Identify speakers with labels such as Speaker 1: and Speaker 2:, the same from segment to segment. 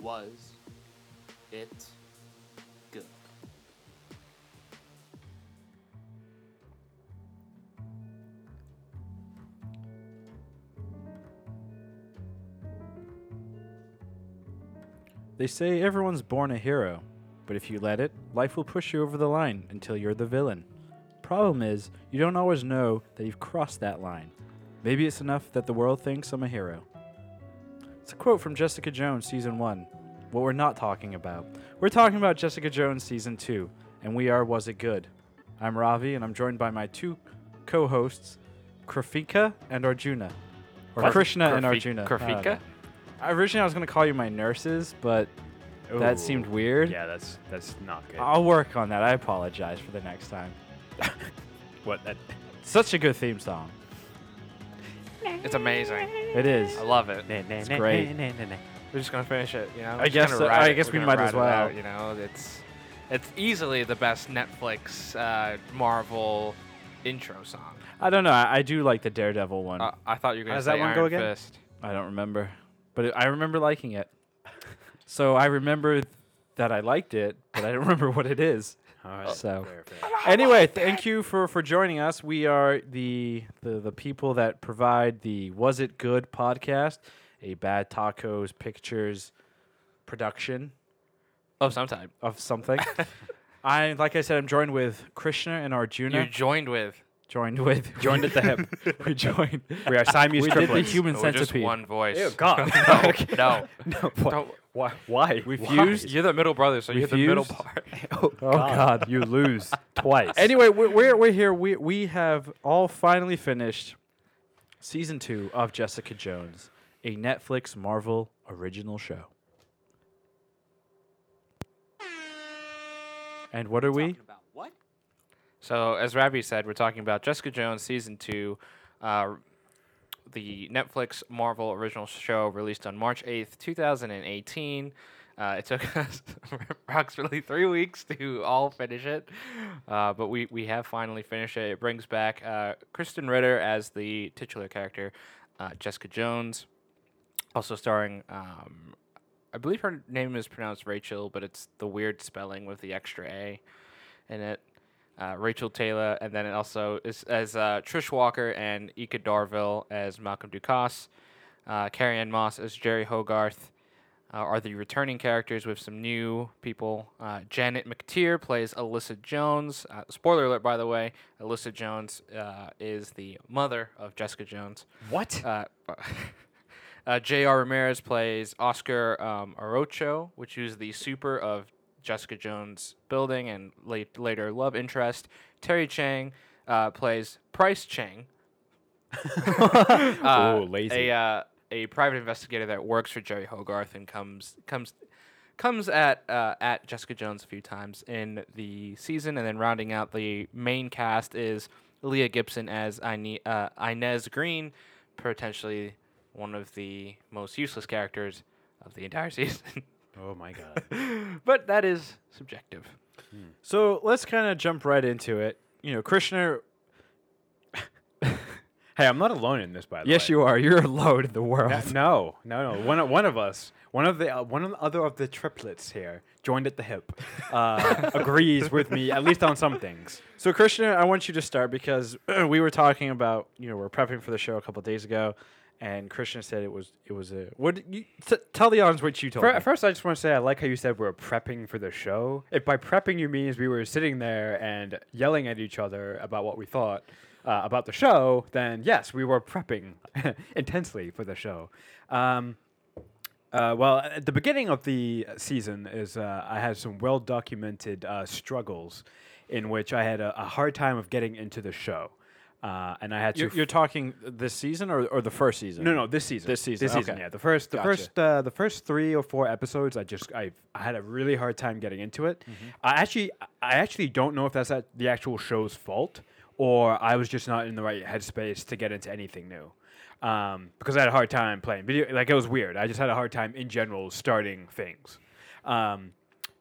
Speaker 1: was it good?
Speaker 2: They say everyone's born a hero, but if you let it, life will push you over the line until you're the villain. Problem is, you don't always know that you've crossed that line. Maybe it's enough that the world thinks I'm a hero. It's a quote from Jessica Jones Season 1. What we're not talking about. We're talking about Jessica Jones Season 2, and we are Was It Good? I'm Ravi, and I'm joined by my two co hosts, Krafika and Arjuna. Or
Speaker 1: Kraf-
Speaker 2: Krishna and
Speaker 1: Krafi-
Speaker 2: Arjuna. I don't
Speaker 1: Krafika?
Speaker 2: know. Originally, I was going to call you my nurses, but that seemed weird. Oh.
Speaker 3: Yeah, that's that's not good.
Speaker 2: I'll work on that. I apologize for the next time.
Speaker 3: What? That,
Speaker 2: Such a good theme song.
Speaker 4: It's amazing.
Speaker 2: It is.
Speaker 4: I love it.
Speaker 2: It's great.
Speaker 4: We're just gonna finish it, you know. We're
Speaker 2: I
Speaker 4: just
Speaker 2: guess
Speaker 4: gonna
Speaker 2: so-
Speaker 4: ride
Speaker 2: I
Speaker 4: it.
Speaker 2: guess
Speaker 4: We're
Speaker 2: we
Speaker 4: gonna
Speaker 2: might as
Speaker 4: ride it out,
Speaker 2: well.
Speaker 4: you know, it's it's easily the best Netflix uh, Marvel intro song.
Speaker 2: I don't know. I, I do like the Daredevil one.
Speaker 4: Uh, I thought you were gonna
Speaker 3: How does
Speaker 4: say
Speaker 3: that one
Speaker 4: Iron
Speaker 3: go again?
Speaker 4: Fist.
Speaker 2: I don't remember, but it, I remember liking it. So I remember th- that I liked it, but I don't remember what it is.
Speaker 3: All right.
Speaker 2: So-
Speaker 3: fair, fair.
Speaker 2: Anyway, thank you for for joining us. We are the the the people that provide the Was It Good podcast, a Bad Tacos Pictures production.
Speaker 4: Oh, sometime
Speaker 2: of something. I like I said, I'm joined with Krishna and Arjuna.
Speaker 4: you joined with
Speaker 2: joined with
Speaker 3: Joined at the hip.
Speaker 2: we joined.
Speaker 3: We are Siamese
Speaker 2: we did the
Speaker 3: triplets.
Speaker 2: human
Speaker 4: oh, we're just
Speaker 2: centipede.
Speaker 4: one voice.
Speaker 3: Ew, God.
Speaker 4: no, no.
Speaker 3: no, why?
Speaker 4: Don't-
Speaker 3: Why? why?
Speaker 2: We
Speaker 3: Why?
Speaker 2: fused.
Speaker 4: You're the middle brother, so you're the middle
Speaker 2: Refused?
Speaker 4: part.
Speaker 3: Oh
Speaker 2: Oh God, you lose.
Speaker 3: twice.
Speaker 2: anyway, we're, we're we're here. We we have all finally finished season two of Jessica Jones, a Netflix Marvel original show. And what are we?
Speaker 1: Talking about what?
Speaker 4: So, as Rabbi said, we're talking about Jessica Jones season two, uh, the Netflix Marvel original show released on March eighth, two thousand and eighteen. Uh, it took us approximately three weeks to all finish it, uh, but we, we have finally finished it. It brings back uh, Kristen Ritter as the titular character, uh, Jessica Jones, also starring, um, I believe her name is pronounced Rachel, but it's the weird spelling with the extra A in it uh, Rachel Taylor, and then it also is as uh, Trish Walker and Ika Darville as Malcolm Dukas, uh, Carrie Ann Moss as Jerry Hogarth. Uh, are the returning characters with some new people? Uh, Janet McTeer plays Alyssa Jones. Uh, spoiler alert, by the way, Alyssa Jones uh, is the mother of Jessica Jones.
Speaker 3: what?
Speaker 4: Uh, uh, J.R. Ramirez plays Oscar um, Orocho, which is the super of Jessica Jones' building and late, later love interest. Terry Chang uh, plays Price Chang. uh,
Speaker 3: Ooh, lazy.
Speaker 4: A, uh, a private investigator that works for Jerry Hogarth and comes comes comes at uh, at Jessica Jones a few times in the season, and then rounding out the main cast is Leah Gibson as Ine- uh, Inez Green, potentially one of the most useless characters of the entire season.
Speaker 3: oh my God.
Speaker 4: but that is subjective.
Speaker 2: So let's kind of jump right into it. You know, Krishna.
Speaker 3: Hey, I'm not alone in this, by the way.
Speaker 2: Yes, you are. You're alone in the world.
Speaker 3: Uh, No, no, no. One, o- one of us, one of the, uh, one of the other of the triplets here, joined at the hip, uh, agrees with me at least on some things.
Speaker 2: So, Krishna, I want you to start because we were talking about you know we are prepping for the show a couple days ago, and Krishna said it was it was a what did you t- tell the audience what you told.
Speaker 3: Fir-
Speaker 2: me.
Speaker 3: first, I just want to say I like how you said we were prepping for the show. If by prepping you means we were sitting there and yelling at each other about what we thought uh, about the show, then yes, we were prepping intensely for the show. Um, uh, well, at the beginning of the season is uh, I had some well documented uh, struggles in which I had a, a hard time of getting into the show, uh, and I had to
Speaker 2: You're, you're talking this season or, or the first season?
Speaker 3: no, no, this season.
Speaker 2: This season,
Speaker 3: This season.
Speaker 2: okay.
Speaker 3: Yeah, the first, the
Speaker 2: Gotcha.
Speaker 3: first, uh, the first three or four episodes. I just, I, I had a really hard time getting into it.
Speaker 2: Mm-hmm.
Speaker 3: I actually, I actually don't know if that's at the actual show's fault or I was just not in the right headspace to get into anything new. Um, because I had a hard time playing video. Like it was weird. I just had a hard time in general starting things. Um,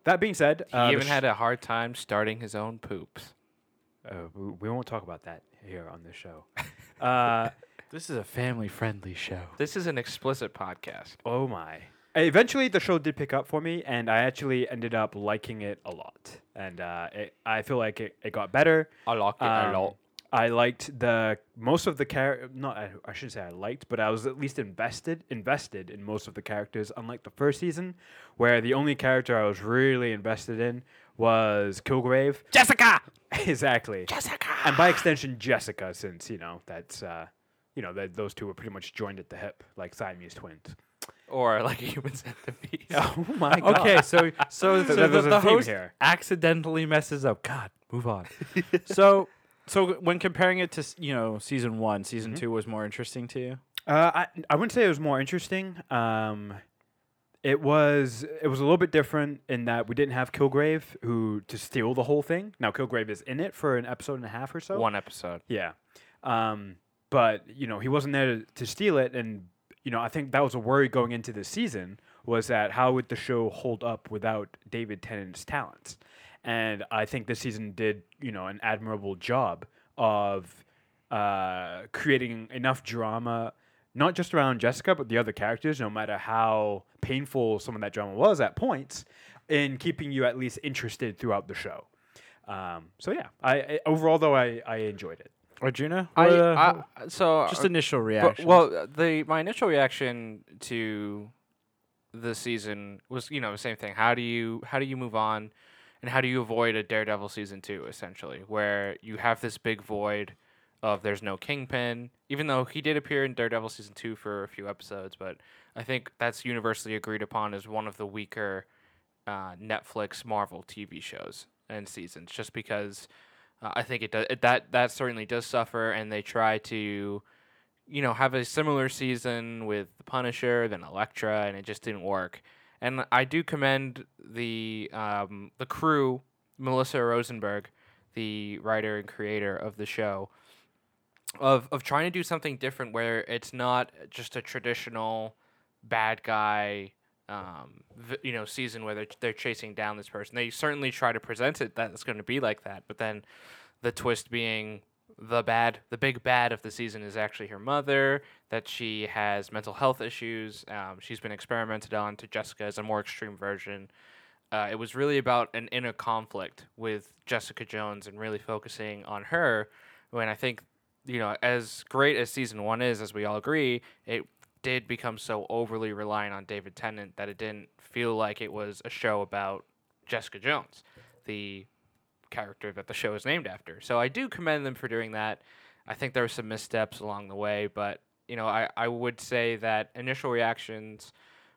Speaker 3: that being said,
Speaker 4: He even had a hard time starting his own poops.
Speaker 3: uh, we, we won't talk about that here on this show. Uh,
Speaker 2: This is a family friendly show.
Speaker 4: This is an explicit podcast.
Speaker 3: Oh my. Eventually, the show did pick up for me, and I actually ended up liking it a lot. And uh, it, I feel like it, it got better.
Speaker 4: I liked it
Speaker 3: Um,
Speaker 4: a lot.
Speaker 3: I liked the most of the character. Not I, I shouldn't say I liked, but I was at least invested invested in most of the characters. Unlike the first season, where the only character I was really invested in was Kilgrave.
Speaker 4: Jessica.
Speaker 3: exactly.
Speaker 4: Jessica.
Speaker 3: and by extension Jessica, since you know that's uh, you know that those two were pretty much joined at the hip, like Siamese twins.
Speaker 4: Or like a human centipede.
Speaker 3: Oh my god.
Speaker 2: Okay, so so, so the,
Speaker 3: there- there's a
Speaker 2: the
Speaker 3: theme
Speaker 2: host
Speaker 3: here.
Speaker 2: accidentally messes up. God, move on. so so when comparing it to s- you know season one, season
Speaker 3: Mm-hmm.
Speaker 2: two was more interesting to you.
Speaker 3: Uh, I I wouldn't say it was more interesting. Um, it was it was a little bit different in that we didn't have Kilgrave who to steal the whole thing. Now Kilgrave is in it for an episode and a half or so.
Speaker 4: One episode.
Speaker 3: Yeah. Um, but you know he wasn't there to, to steal it, and you know I think that was a worry going into the season was that how would the show hold up without David Tennant's talents, and I think this season did you know an admirable job of uh, creating enough drama, not just around Jessica but the other characters, no matter how painful some of that drama was at points, in keeping you at least interested throughout the show. Um, so yeah, I, I overall though I, I enjoyed it.
Speaker 2: Arjuna,
Speaker 4: I,
Speaker 2: what, uh,
Speaker 4: I so
Speaker 2: just
Speaker 4: uh,
Speaker 2: initial
Speaker 4: But-
Speaker 2: reaction.
Speaker 4: well, uh, the my initial reaction to the season was, you know, the same thing. How do you how do you move on, and how do you avoid a Daredevil season two, essentially, where you have this big void of there's no Kingpin, even though he did appear in Daredevil season two for a few episodes, but I think that's universally agreed upon as one of the weaker uh, Netflix Marvel TV shows and seasons, just because uh, I think it does it, that that certainly does suffer, and they try to you know, have a similar season with the Punisher, then Elektra, and it just didn't work. And I do commend the um, the crew, Melissa Rosenberg, the writer and creator of the show, of of trying to do something different where it's not just a traditional bad guy, um, v- you know, season where they're they're chasing down this person. They certainly try to present it that it's going to be like that, but then the twist being the bad, the big bad of the season is actually her mother. That she has mental health issues. Um, she's been experimented on to Jessica as a more extreme version. Uh, it was really about an inner conflict with Jessica Jones and really focusing on her. When I think, you know, as great as season one is, as we all agree, it did become so overly reliant on David Tennant that it didn't feel like it was a show about Jessica Jones, the character that the show is named after. So I do commend them for doing that. I think there were some missteps along the way, but you know, I, I would say that initial reactions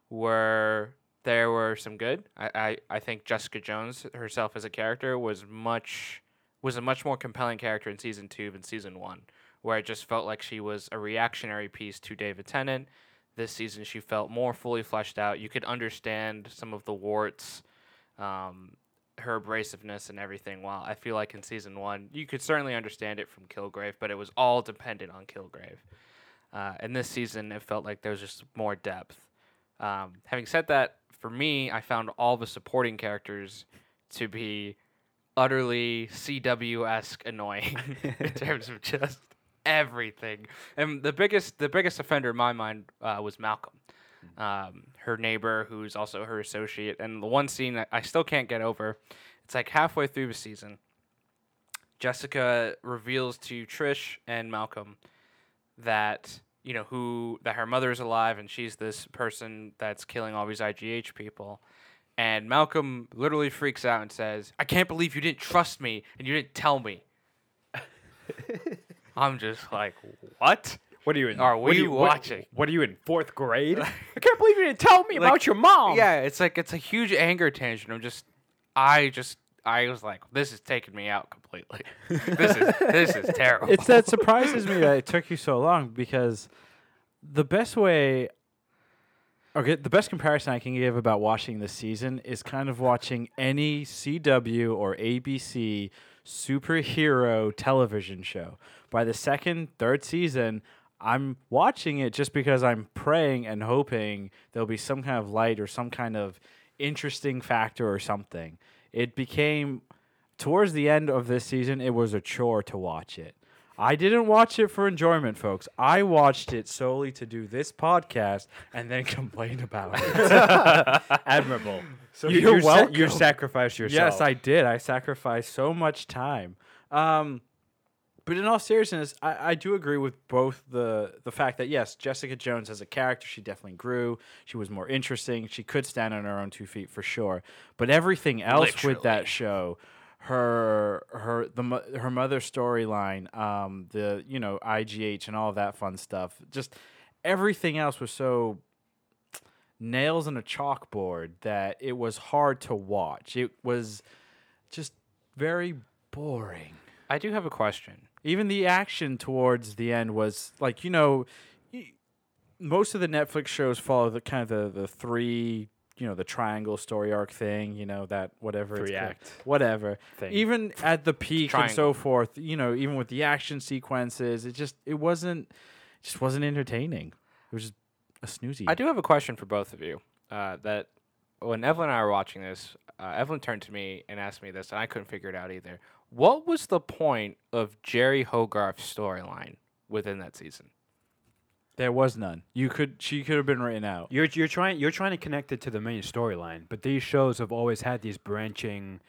Speaker 4: were there were some good. I, I, I think Jessica Jones herself as a character was much was a much more compelling character in season two than season one, where it just felt like she was a reactionary piece to David Tennant. This season she felt more fully fleshed out. You could understand some of the warts um, her abrasiveness and everything. While I feel like in season one, you could certainly understand it from Kilgrave, but it was all dependent on Kilgrave. Uh, and this season, it felt like there was just more depth. Um, having said that, for me, I found all the supporting characters to be utterly CW esque annoying in terms of just everything. And the biggest, the biggest offender in my mind uh, was Malcolm um, her neighbor, who's also her associate. And the one scene that I still can't get over, it's like halfway through the season, Jessica reveals to Trish and Malcolm that you know who that her mother is alive and she's this person that's killing all these IGH people. And Malcolm literally freaks out and says, "I can't believe you didn't trust me and you didn't tell me." I'm just like, what?
Speaker 3: What are you in?
Speaker 4: Are
Speaker 3: what
Speaker 4: we
Speaker 3: you- what-
Speaker 4: watching?
Speaker 3: What, are you in fourth grade? I can't believe you didn't tell me about your mom.
Speaker 4: Yeah, it's like it's a huge anger tangent. I'm just, I just, I was like, this is taking me out completely. this is this is terrible.
Speaker 2: it's that surprises me that it took you so long because the best way okay the best comparison i can give about watching this season is kind of watching any cw or abc superhero television show by the second third season i'm watching it just because i'm praying and hoping there'll be some kind of light or some kind of interesting factor or something it became towards the end of this season, it was a chore to watch it. I didn't watch it for enjoyment, folks. I watched it solely to do this podcast and then complain about it.
Speaker 3: Admirable. So
Speaker 2: You- you're
Speaker 3: you
Speaker 2: welcome.
Speaker 3: sacrificed yourself.
Speaker 2: Yes, I did. I sacrificed so much time. Um, but in all seriousness, I, I do agree with both the the fact that yes, Jessica Jones as a character, she definitely grew. She was more interesting. She could stand on her own two feet for sure. But everything else with that show, her her the mo- her mother storyline, um, the you know IGH and all that fun stuff, just everything else was so nails on a chalkboard that it was hard to watch. It was just very boring.
Speaker 4: I do have a question.
Speaker 2: Even the action towards the end was like, you know, y- most of the Netflix shows follow the kind of the, the three, you know, the triangle story arc thing, you know, that whatever
Speaker 3: Three
Speaker 2: called.
Speaker 3: act
Speaker 2: whatever.
Speaker 3: thing.
Speaker 2: Even at the peak and so
Speaker 4: triangle.
Speaker 2: forth, you know, even with the action sequences, it just it wasn't it just wasn't entertaining. It was just a snoozy.
Speaker 4: I do have a question for both of you. Uh, that when Evelyn and I were watching this, uh, Evelyn turned to me and asked me this, and I couldn't figure it out either. What was the point of Jerry Hogarth's storyline within that season?
Speaker 2: There was none. You could she could have been written out.
Speaker 3: You're you're trying you're trying to connect it to the main storyline, but these shows have always had these branching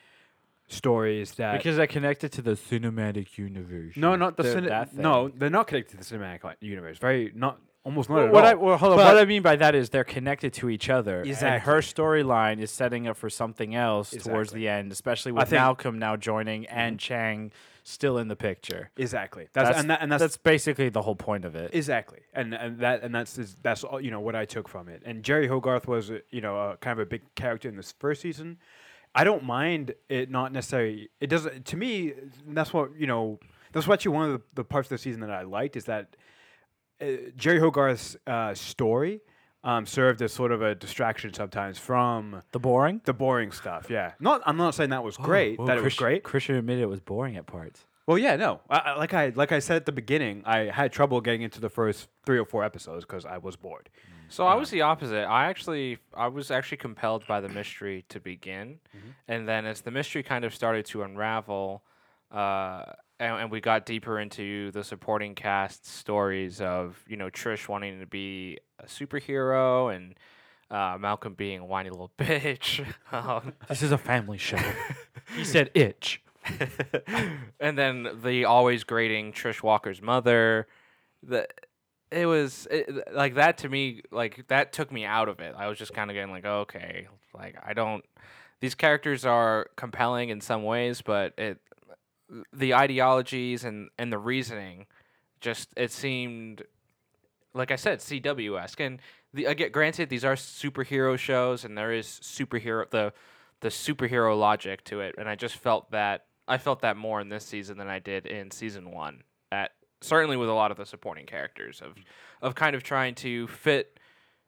Speaker 3: stories that
Speaker 2: Because I connected to the cinematic universe.
Speaker 3: no, not the, cine-
Speaker 2: that thing.
Speaker 3: no, they're not connected to the cinematic like, universe. Very not almost not
Speaker 2: Well,
Speaker 3: at
Speaker 2: what
Speaker 3: all.
Speaker 2: I well, hold on.
Speaker 3: But-
Speaker 2: What I mean by that is they're connected to each other. And
Speaker 3: Exactly.
Speaker 2: her storyline is setting up for something else towards
Speaker 3: Exactly.
Speaker 2: the end, especially with
Speaker 3: think-
Speaker 2: Malcolm now joining and Chang still in the picture.
Speaker 3: exactly. That's, and that, and that's,
Speaker 2: basically the whole point of it.
Speaker 3: exactly. And and that and that's is- that's all, you know what I took from it. And Jerry Hogarth was uh, you know uh, kind of a big character in this first season. I don't mind it not necessarily. It doesn't to me. That's what you know. That's actually one of the, the parts of the season that I liked is that uh, Jerry Hogarth's uh, story um, served as sort of a distraction sometimes from
Speaker 2: the boring.
Speaker 3: the boring stuff. Yeah, not I'm not saying that was great. that it was great.
Speaker 2: oh, Christian admitted it was boring at parts.
Speaker 3: Well, yeah, no. I, I- like I like I said at the beginning, I had trouble getting into the first three or four episodes because I was bored.
Speaker 4: So I was the opposite. I actually I was actually compelled by the mystery to begin, and then as the mystery kind of started to unravel, uh, and, and we got deeper into the supporting cast stories of you know Trish wanting to be a superhero and uh, Malcolm being a whiny little bitch. um,
Speaker 2: This is a family show. he said itch.
Speaker 4: and then the always grating Trish Walker's mother. The it was it, like that to me. Like that took me out of it. I was just kind of getting like, oh, okay, like I don't. These characters are compelling in some ways, but it the ideologies and and the reasoning just it seemed like I said, CW esque. And the again, granted, these are superhero shows, and there is superhero the the superhero logic to it. And I just felt that I felt that more in this season than I did in season one. At certainly with a lot of the supporting characters of of kind of trying to fit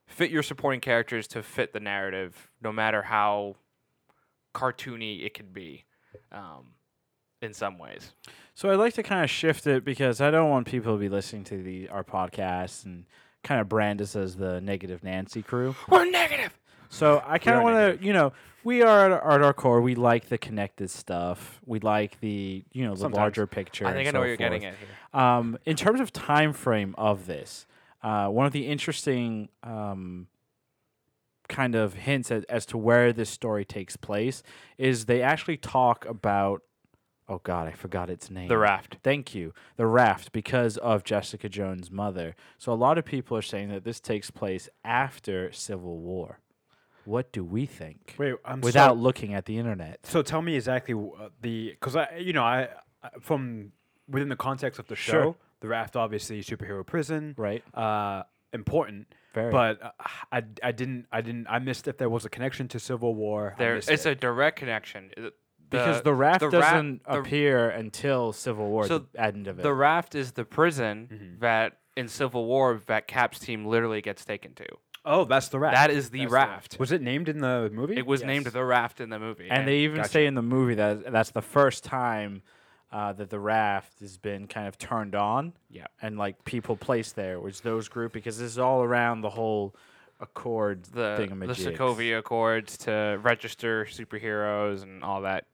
Speaker 4: fit your supporting characters to fit the narrative, no matter how cartoony it can be. Um, in some ways,
Speaker 2: So I'd like to kind of shift it because I don't want people to be listening to the our podcast and kind of brand us as the negative Nancy crew.
Speaker 4: we're negative.
Speaker 2: So I kind of
Speaker 3: are
Speaker 2: want to, you know, we are at, our- at our core. We like the connected stuff. We like the, you know, the
Speaker 3: Sometimes.
Speaker 2: larger picture.
Speaker 4: I think I know what you're getting at here.
Speaker 2: Um, in terms of time frame of this, uh, one of the interesting um, kind of hints as, as to where this story takes place is they actually talk about. Oh God, I forgot its name.
Speaker 4: The raft.
Speaker 2: Thank you. The raft because of Jessica Jones' mother. So a lot of people are saying that this takes place after Civil War. What do we think?
Speaker 3: Wait, I'm
Speaker 2: Without looking at the internet.
Speaker 3: So tell me exactly w- uh, the because I you know I I- from within the context of the show,
Speaker 2: Sure.
Speaker 3: the raft obviously superhero prison,
Speaker 2: Right.
Speaker 3: Uh, important.
Speaker 2: Very.
Speaker 3: But uh, I, I didn't I didn't I missed if there was a connection to Civil War. I
Speaker 4: There,
Speaker 3: missed
Speaker 4: it's
Speaker 3: it.
Speaker 4: a direct connection. Uh,
Speaker 2: Because the raft
Speaker 4: the raft-
Speaker 2: doesn't
Speaker 4: the-
Speaker 2: appear until Civil War,
Speaker 4: So
Speaker 2: the end of it.
Speaker 4: The raft is the prison
Speaker 3: Mm-hmm.
Speaker 4: that in Civil War that Cap's team literally gets taken to.
Speaker 3: oh that's the raft.
Speaker 4: That is the
Speaker 3: That's
Speaker 4: raft.
Speaker 3: Was it named in the movie?
Speaker 4: It was named
Speaker 3: Yes.
Speaker 4: the raft in the movie.
Speaker 2: and they even
Speaker 3: Gotcha.
Speaker 2: say in the movie that that's the first time uh, that the raft has been kind of turned on.
Speaker 4: Yeah.
Speaker 2: And like people placed there was those group because this is all around the whole Accord
Speaker 4: the
Speaker 2: thing.
Speaker 4: the Sokovia Accords to register superheroes and all that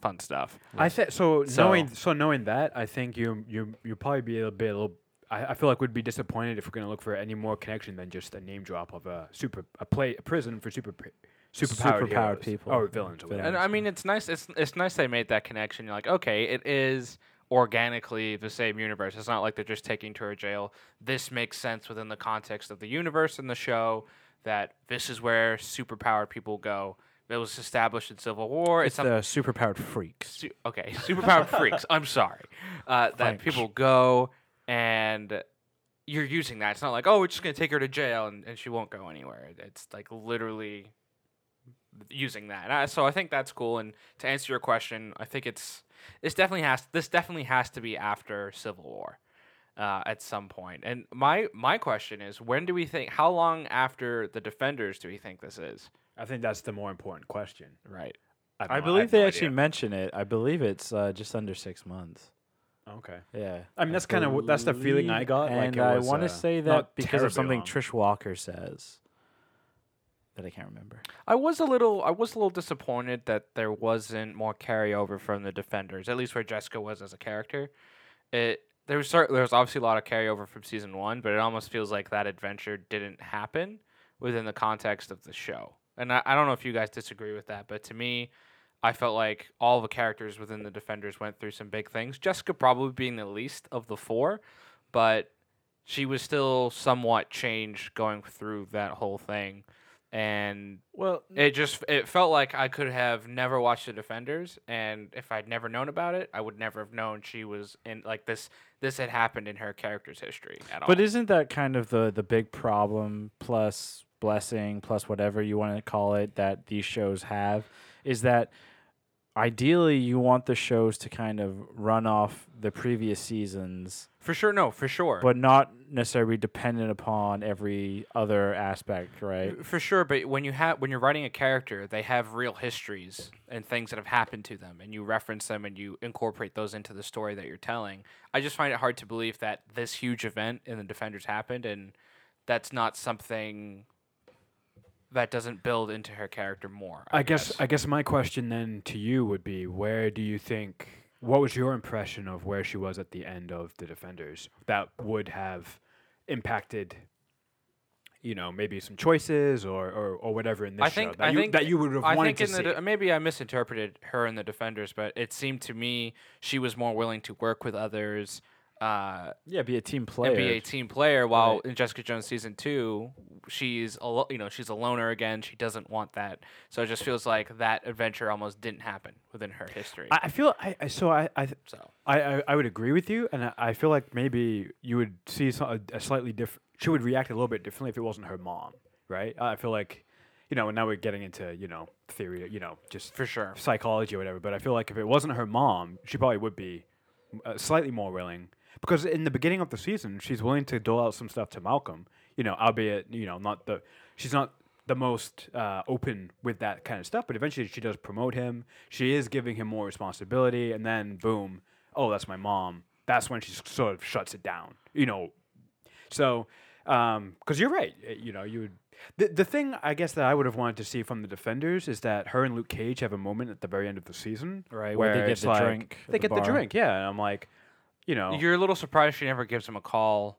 Speaker 4: fun stuff.
Speaker 3: I said so,
Speaker 4: So-
Speaker 3: Knowing so knowing that, I think you you you probably be a bit a little. I, I feel like we'd be disappointed if we're gonna look for any more connection than just a name drop of a super a play a prison for super superpowered,
Speaker 2: Superpowered
Speaker 3: heroes.
Speaker 2: people.
Speaker 3: or villains or
Speaker 2: Villains.
Speaker 3: whatever.
Speaker 4: And I mean, it's nice. It's it's nice they made that connection. You're like, okay, it is organically the same universe. It's not like they're just taking to a jail. This makes sense within the context of the universe and the show. That this is where superpowered people go. It was established in Civil War.
Speaker 2: It's
Speaker 4: It's, something
Speaker 2: the superpowered freaks.
Speaker 4: su- okay, superpowered freaks. I'm sorry. Uh, that
Speaker 2: Thanks.
Speaker 4: people go and you're using that. It's not like, oh, we're just gonna take her to jail and, and she won't go anywhere. It's like literally using that. And I, so I think that's cool. And to answer your question, I think it's this definitely has this definitely has to be after Civil War. Uh, at some point, and my my question is, when do we think? How long after the Defenders do we think this is?
Speaker 3: I think that's the more important question.
Speaker 4: Right.
Speaker 3: have
Speaker 2: I
Speaker 3: no-
Speaker 2: believe
Speaker 3: have
Speaker 2: they
Speaker 3: no
Speaker 2: actually
Speaker 3: idea.
Speaker 2: mention it. I believe it's uh, just under six months.
Speaker 3: Okay.
Speaker 2: Yeah.
Speaker 3: I mean, that's kind of that's the feeling I
Speaker 2: believe-
Speaker 3: got. like
Speaker 2: And
Speaker 3: it
Speaker 2: I
Speaker 3: was,
Speaker 2: want
Speaker 3: uh,
Speaker 2: to say that
Speaker 3: not
Speaker 2: because of
Speaker 3: terribly
Speaker 2: something
Speaker 3: long.
Speaker 2: Trish Walker says that I can't remember.
Speaker 4: I was a little I was a little disappointed that there wasn't more carryover from the defenders, at least where Jessica was as a character. It there was cer- there was obviously a lot of carryover from season 1, but it almost feels like that adventure didn't happen within the context of the show. And I, I don't know if you guys disagree with that, but to me I felt like all the characters within the defenders went through some big things. Jessica probably being the least of the four, but she was still somewhat changed going through that whole thing. And
Speaker 2: Well,
Speaker 4: it just it felt like I could have never watched the Defenders, and if I'd never known about it, I would never have known she was in like this. This had happened in her character's history at all.
Speaker 2: But isn't that kind of the the big problem plus blessing plus whatever you want to call it that these shows have is that ideally you want the shows to kind of run off the previous seasons
Speaker 4: for sure, no, for sure,
Speaker 2: but not necessarily dependent upon every other aspect, right?
Speaker 4: for sure. But when you have when you're writing a character, they have real histories and things that have happened to them, and you reference them and you incorporate those into the story that you're telling. I just find it hard to believe that this huge event in the Defenders happened, and that's not something that doesn't build into her character more.
Speaker 3: I guess I guess my question then to you would be where do you think what was your impression of where she was at the end of the defenders that would have impacted you know maybe some choices or or, or whatever in this
Speaker 4: I think,
Speaker 3: show that
Speaker 4: I
Speaker 3: you
Speaker 4: think
Speaker 3: that you would have
Speaker 4: I
Speaker 3: wanted
Speaker 4: think
Speaker 3: to
Speaker 4: in
Speaker 3: see.
Speaker 4: the de- maybe I misinterpreted her and the defenders, but it seemed to me she was more willing to work with others uh,
Speaker 2: Yeah, be a team player.
Speaker 4: and be a team player. While in Jessica Jones season two, she's a you know she's a loner again. She doesn't want that, so it just feels like that adventure almost didn't happen within her history.
Speaker 3: I I feel I, I so I I, th-
Speaker 4: So.
Speaker 3: I I I would agree with you, and I, I feel like maybe you would see so- a, a slightly different. She would react a little bit differently if it wasn't her mom, right? I feel like, you know, and now we're getting into you know theory, you know, just
Speaker 4: For sure.
Speaker 3: psychology or whatever. But I feel like if it wasn't her mom, she probably would be uh, slightly more willing because in the beginning of the season, she's willing to dole out some stuff to Malcolm. You know, albeit you know not the she's not the most uh, open with that kind of stuff, but eventually she does promote him. She is giving him more responsibility, and then boom, oh that's my mom. That's when she s- sort of shuts it down. You know, so, because you're right, uh, you know, you would. The, the thing I guess that I would have wanted to see from the defenders is that her and Luke Cage have a moment at the very end of the season,
Speaker 2: Right, where they get
Speaker 3: it's
Speaker 2: the drink at the
Speaker 3: They get the,
Speaker 2: bar.
Speaker 3: drink, yeah. And I'm like, you know,
Speaker 4: You're a little surprised she never gives him a call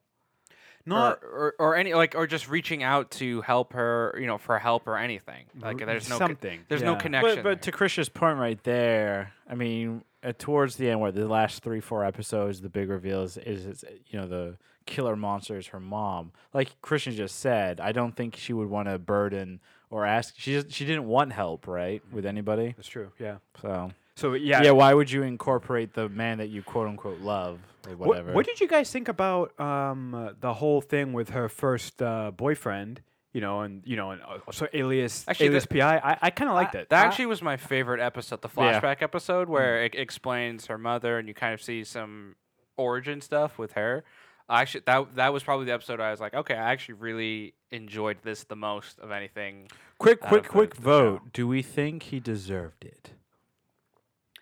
Speaker 3: not
Speaker 4: or, or, or any like or just reaching out to help her, you know, for help or anything. Like
Speaker 3: R-
Speaker 4: there's no
Speaker 3: something,
Speaker 4: there's no
Speaker 3: yeah. But-
Speaker 4: connection.
Speaker 2: But, but to Krish's point right there, I mean, uh, towards the end, where the last three, four episodes, the big reveal is, is it's, uh, you know, the killer monster is her mom. Like Christian just said, I don't think she would want to burden or ask. She just, she didn't want help, right, with anybody.
Speaker 3: that's true, yeah.
Speaker 2: So
Speaker 3: So
Speaker 2: yeah.
Speaker 3: yeah,
Speaker 2: why would you incorporate the man that you quote unquote love or
Speaker 3: Wha-
Speaker 2: whatever?
Speaker 3: What, did you guys think about um, uh, the whole thing with her first uh, boyfriend? You know, and you know, and uh, so alias
Speaker 4: Actually,
Speaker 3: alias
Speaker 4: the-
Speaker 3: Pi. I, I kind of liked it. Mm.
Speaker 4: That actually was my favorite episode, the
Speaker 2: Yeah.
Speaker 4: flashback episode, where it explains her mother and you kind of see some origin stuff with her. I actually that that was probably the episode I was like, okay, I actually really enjoyed this the most of anything.
Speaker 2: quick,
Speaker 4: out
Speaker 2: quick,
Speaker 4: of the-
Speaker 2: quick
Speaker 4: the
Speaker 2: vote. Do we think he deserved it?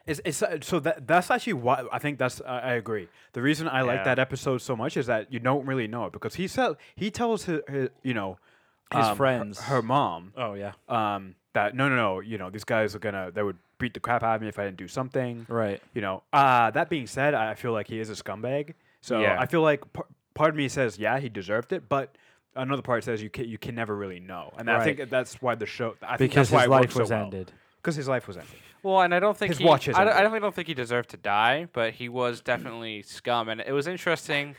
Speaker 3: It's, it's, uh, so that that's actually why I think that's I I agree. The reason I like
Speaker 4: Yeah.
Speaker 3: that episode so much is that you don't really know it because he said he tells his, his you know
Speaker 2: His
Speaker 3: um, her-
Speaker 2: friends.
Speaker 3: her, mom
Speaker 2: Oh yeah.
Speaker 3: um, that no no no you know these guys are gonna they would beat the crap out of me if I didn't do something.
Speaker 2: Right.
Speaker 3: You know. Uh, that being said, I I feel like he is a scumbag. So
Speaker 4: Yeah.
Speaker 3: I feel like par- part of me says, yeah, he deserved it, but another part says you can, you can never really know, and I think
Speaker 2: Right.
Speaker 3: that's why the show. I think
Speaker 2: Because
Speaker 3: that's why
Speaker 2: his
Speaker 3: it
Speaker 2: life
Speaker 3: worked so
Speaker 2: was
Speaker 3: well.
Speaker 2: ended.
Speaker 3: Because his life was ended.
Speaker 4: Well, and I don't think
Speaker 3: His
Speaker 4: he,
Speaker 3: watch is
Speaker 4: I, don't, I
Speaker 3: ended.
Speaker 4: definitely don't think he deserved to die, but he was definitely scum, and it was interesting.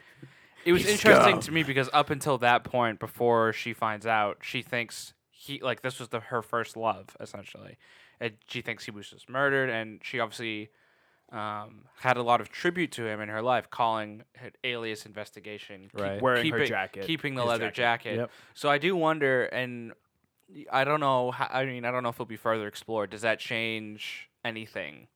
Speaker 4: It was interesting to me because up until that point, before she finds out, she thinks he like this was the her first love essentially, and she thinks he was just murdered, and she obviously um, had a lot of tribute to him in her life, calling her alias investigation, keep-
Speaker 2: Right.
Speaker 3: Wearing her
Speaker 4: keeping-
Speaker 3: jacket,
Speaker 4: keeping the
Speaker 3: his
Speaker 4: leather jacket.
Speaker 2: Yep.
Speaker 4: So I do wonder, and I don't know. ho- I mean, I don't know if it'll be further explored. Does that change anything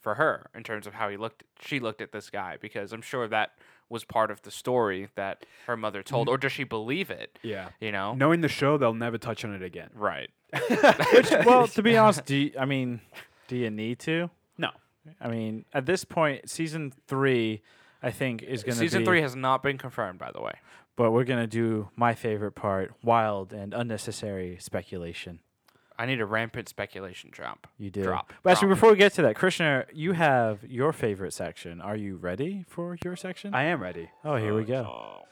Speaker 4: for her in terms of how he looked? She looked at this guy because I'm sure that was part of the story that her mother told, or does she believe it?
Speaker 3: Yeah.
Speaker 4: You
Speaker 2: Oh.
Speaker 4: know,
Speaker 3: Knowing the show, they'll never touch on it again.
Speaker 4: right?
Speaker 2: well, to be honest, do you, I mean, do you need to?
Speaker 3: No.
Speaker 2: I mean, at this point, season three, I think is going to
Speaker 4: Season three has not been confirmed, by the way.
Speaker 2: But we're gonna do my favorite part: wild and unnecessary speculation.
Speaker 4: I need a rampant speculation drop.
Speaker 2: You do.
Speaker 4: Drop.
Speaker 2: But actually,
Speaker 4: drop.
Speaker 2: before we get to that, Krishna, you have your favorite section. Are you ready for your section?
Speaker 3: I am ready.
Speaker 2: oh, here we go.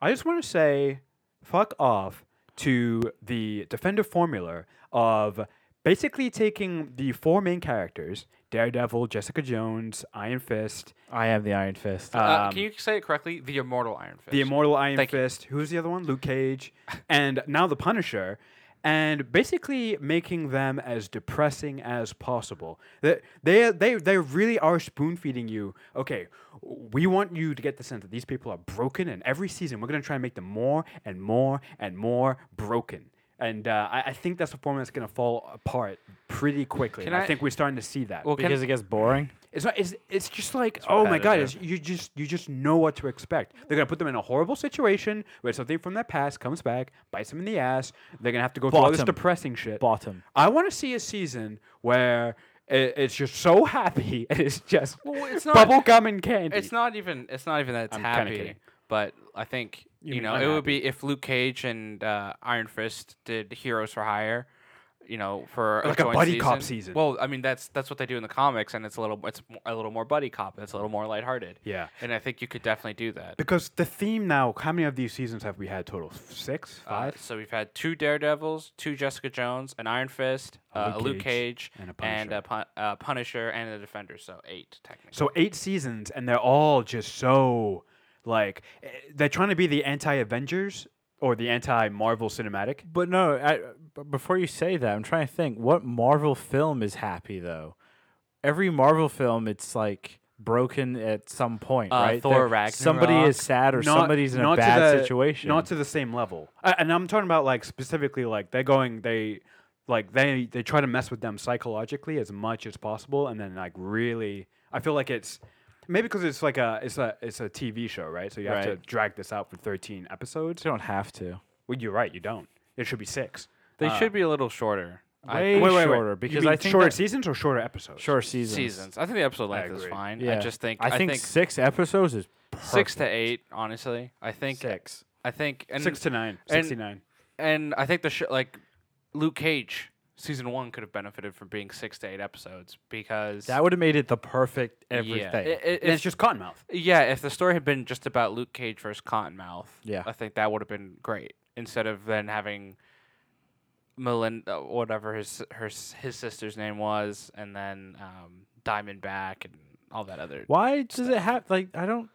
Speaker 3: I just want to say, fuck off to the Defender formula of basically taking the four main characters Daredevil, Jessica Jones, Iron Fist,
Speaker 2: I am the Iron Fist.
Speaker 4: Uh,
Speaker 3: um,
Speaker 4: can you say it correctly? The immortal Iron Fist.
Speaker 3: the Immortal Iron
Speaker 4: Thank you.
Speaker 3: Fist, who's the other one? Luke Cage, and now the Punisher. And basically making them as depressing as possible. They, they, they, they really are spoon feeding you. Okay, we want you to get the sense that these people are broken, and every season we're going to try and make them more and more and more broken. And uh, I, I think that's a format that's going to fall apart pretty quickly.
Speaker 4: Can
Speaker 3: and I,
Speaker 4: I-
Speaker 3: think we're starting to see that.
Speaker 4: Well, can,
Speaker 2: because it gets boring.
Speaker 3: It's not. It's, it's just like oh my god. It's, you just you just know what to expect. They're gonna put them in a horrible situation where something from their past comes back, bites them in the ass. They're gonna have to go through all this
Speaker 2: Bottom.
Speaker 3: depressing shit.
Speaker 2: Bottom.
Speaker 3: I want to see a season where it, it's just so happy and it's just
Speaker 4: Well, it's not-
Speaker 3: bubble gum and candy.
Speaker 4: It's not even. It's not even that it's
Speaker 3: I'm kinda
Speaker 4: happy.
Speaker 3: kidding.
Speaker 4: But I think you,
Speaker 3: mean
Speaker 4: know it would be if Luke Cage and uh, Iron Fist did Heroes for Hire. You know, for
Speaker 3: Like a
Speaker 4: joint
Speaker 3: buddy cop season.
Speaker 4: Well, I mean that's that's what they do in the comics, and it's a little it's mo- a little more buddy cop. and It's a little more lighthearted.
Speaker 3: Yeah.
Speaker 4: and I think you could definitely do that.
Speaker 3: because the theme now. How many of these seasons have we had total? Six,
Speaker 4: Uh,
Speaker 3: five.
Speaker 4: so we've had two Daredevils, two Jessica Jones, an Iron Fist, uh, a Luke Cage, and a Punisher, and a, pun- uh, Punisher and a Defender. So eight technically.
Speaker 3: So eight seasons, and they're all just so like eh, they're trying to be the anti-Avengers or the anti-Marvel cinematic.
Speaker 2: But no, I, b- before you say that, I'm trying to think what Marvel film is happy though. Every Marvel film, it's like broken at some point,
Speaker 4: Uh,
Speaker 2: right?
Speaker 4: Thor
Speaker 2: There- Somebody
Speaker 4: Ragnarok.
Speaker 2: is sad or somebody's in a
Speaker 3: not to
Speaker 2: bad
Speaker 3: the-
Speaker 2: situation.
Speaker 3: Not to the same level. Uh, and I'm talking about like specifically like they're going they like they they try to mess with them psychologically as much as possible and then like really I feel like it's maybe because it's like a it's a it's a TV show, right? So you have to
Speaker 2: Right.
Speaker 3: drag this out for 13 episodes.
Speaker 2: you don't have to.
Speaker 3: Well, you're right, you don't. It should be 6.
Speaker 4: they should be a little shorter. I
Speaker 2: Way
Speaker 4: think.
Speaker 2: shorter
Speaker 3: You
Speaker 2: because
Speaker 3: mean
Speaker 2: I think
Speaker 3: shorter
Speaker 2: that-
Speaker 3: seasons or shorter episodes?
Speaker 2: Short seasons.
Speaker 4: seasons. I think the episode length is
Speaker 3: agree.
Speaker 4: fine.
Speaker 2: Yeah.
Speaker 4: I just think
Speaker 2: I think, six episodes is
Speaker 4: six to
Speaker 2: perfect.
Speaker 4: eight. Honestly, I think
Speaker 2: Six.
Speaker 4: I think and
Speaker 3: 6 to 9,
Speaker 4: and-
Speaker 3: 69.
Speaker 4: and I think the sh- like Luke Cage season one could have benefited from being six to eight episodes because
Speaker 2: That would have made it the perfect everything.
Speaker 4: yeah, i- i-
Speaker 3: And
Speaker 4: if,
Speaker 3: it's just Cottonmouth.
Speaker 4: yeah, if the story had been just about Luke Cage versus Cottonmouth,
Speaker 2: Yeah.
Speaker 4: I think that would have been great instead of then having. Melinda, uh, whatever his her s- his sister's name was, and then um, Diamondback and all that other
Speaker 2: Why does it have like I don't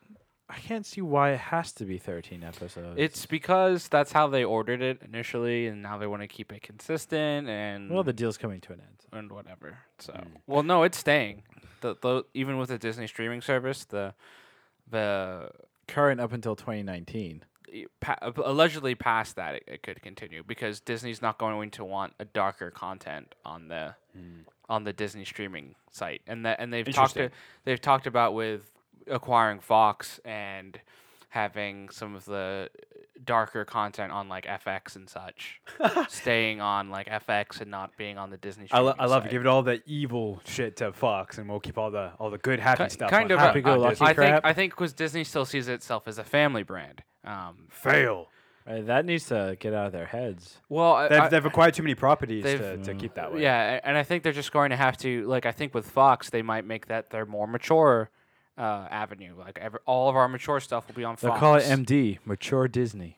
Speaker 2: I can't see why it has to be 13 episodes.
Speaker 4: It's because that's how they ordered it initially, and now they want to keep it consistent and
Speaker 2: well, the deal's coming to an end.
Speaker 4: and whatever. So, well, no, it's staying. The, the even with the Disney streaming service, the the
Speaker 2: Current up until 2019.
Speaker 4: e- pa- allegedly past that it, it could continue because Disney's not going to want a darker content on the
Speaker 3: Hmm.
Speaker 4: on the Disney streaming site, and that and they've talked to,
Speaker 3: Interesting.
Speaker 4: they've talked about with acquiring Fox and having some of the darker content on like FX and such, staying on like FX and not being on the Disney.
Speaker 3: I,
Speaker 4: Streaming
Speaker 3: lo- I love
Speaker 4: site.
Speaker 3: it. Give it all the evil shit to Fox, and we'll keep all the all the good happy
Speaker 4: Ki-
Speaker 3: stuff.
Speaker 4: kind
Speaker 3: on
Speaker 4: of a-
Speaker 3: Happy
Speaker 2: Happy-go-lucky
Speaker 4: I
Speaker 2: crap.
Speaker 4: think I think because Disney still sees itself as a family brand. Um,
Speaker 3: fail.
Speaker 2: Uh, that needs to get out of their heads.
Speaker 4: Well, I-
Speaker 3: They've,
Speaker 4: I-
Speaker 3: they've acquired too many properties
Speaker 4: they've-
Speaker 3: to, to keep that way.
Speaker 4: Yeah, a- and I think they're just going to have to like I think with Fox they might make that their more mature uh, avenue. Like every, all of our mature stuff will be on
Speaker 2: They'll
Speaker 4: Fox.
Speaker 2: call it MD, Mature Disney.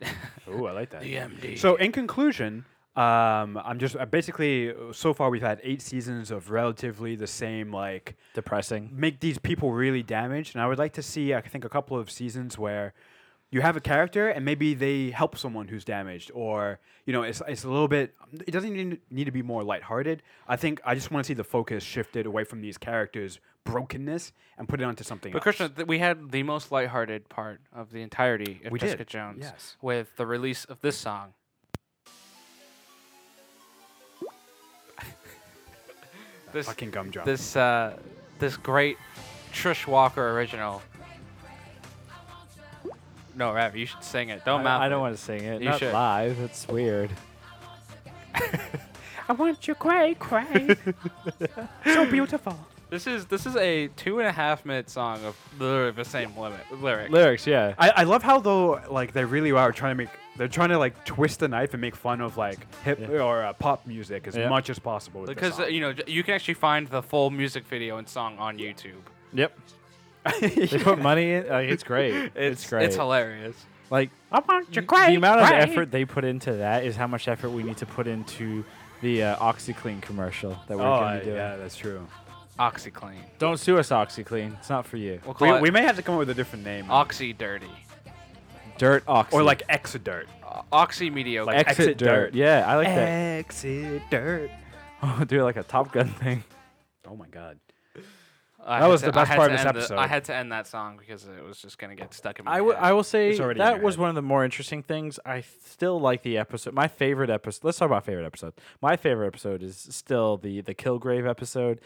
Speaker 3: Ooh, I like that.
Speaker 4: MD.
Speaker 3: So in conclusion, um, I'm just uh, basically so far we've had eight seasons of relatively the same like
Speaker 2: Depressing.
Speaker 3: make these people really damaged, and I would like to see I think a couple of seasons where you have a character and maybe they help someone who's damaged, or you know it's it's a little bit it doesn't even need to be more lighthearted. I think I just want to see the focus shifted away from these characters' brokenness and put it onto something.
Speaker 4: But
Speaker 3: else.
Speaker 4: Christian, th- we had the most lighthearted part of the entirety of
Speaker 3: We
Speaker 4: Jessica
Speaker 3: did,
Speaker 4: Jones
Speaker 3: yes.
Speaker 4: with the release of this song. this
Speaker 3: fucking gumdrop.
Speaker 4: this uh, this great Trish Walker original. No, Rav, you should sing it. Don't
Speaker 2: I,
Speaker 4: mouth
Speaker 2: I don't
Speaker 4: it.
Speaker 2: want to sing it.
Speaker 4: You
Speaker 2: Not
Speaker 4: should.
Speaker 2: live. That's weird.
Speaker 3: I want you cray cray, so beautiful.
Speaker 4: This is this is a two and a half minute song of literally the same limit lyric.
Speaker 2: Lyrics, yeah.
Speaker 3: I, I love how though like they really are trying to make they're trying to like twist the knife and make fun of like hip
Speaker 2: Yeah.
Speaker 3: or uh, pop music as
Speaker 2: Yeah.
Speaker 3: much as possible with
Speaker 4: because uh, you know j- you can actually find the full music video and song on YouTube.
Speaker 2: Yep. they put money in. Like, it's great. It's, great.
Speaker 4: It's hilarious.
Speaker 2: like
Speaker 3: I want
Speaker 2: the
Speaker 3: you cray
Speaker 2: amount of
Speaker 3: cray.
Speaker 2: effort they put into that is how much effort we need to put into the uh, OxyClean commercial that we're
Speaker 3: Oh
Speaker 2: going
Speaker 3: uh,
Speaker 2: to do.
Speaker 3: yeah, that's true.
Speaker 4: OxyClean.
Speaker 2: Don't sue us, OxyClean. It's not for you.
Speaker 4: We'll call
Speaker 3: We,
Speaker 4: it
Speaker 3: we may have to come up with a different name
Speaker 4: Oxy Dirty.
Speaker 2: Dirt Oxy.
Speaker 3: or like Exodurt.
Speaker 4: O- Oxy Mediocre.
Speaker 3: Like-
Speaker 2: Exit,
Speaker 3: Exit
Speaker 2: dirt.
Speaker 3: Dirt.
Speaker 2: Yeah, I like that.
Speaker 3: Exodurt.
Speaker 2: Oh, do like a Top Gun thing.
Speaker 3: Oh my god.
Speaker 4: I
Speaker 3: that
Speaker 4: had
Speaker 3: was
Speaker 4: to-
Speaker 3: the
Speaker 4: I
Speaker 3: best
Speaker 4: had
Speaker 3: part
Speaker 4: to
Speaker 3: of this
Speaker 4: end the-
Speaker 3: episode.
Speaker 4: I had to end that song because it was just gonna get stuck in my
Speaker 2: I
Speaker 4: head.
Speaker 2: will. I will say
Speaker 3: It's already in
Speaker 2: that
Speaker 3: your
Speaker 2: was
Speaker 3: head.
Speaker 2: one of the more interesting things. I still like the episode. My favorite episode. Let's talk about favorite episode. My favorite episode is still the the Kilgrave episode,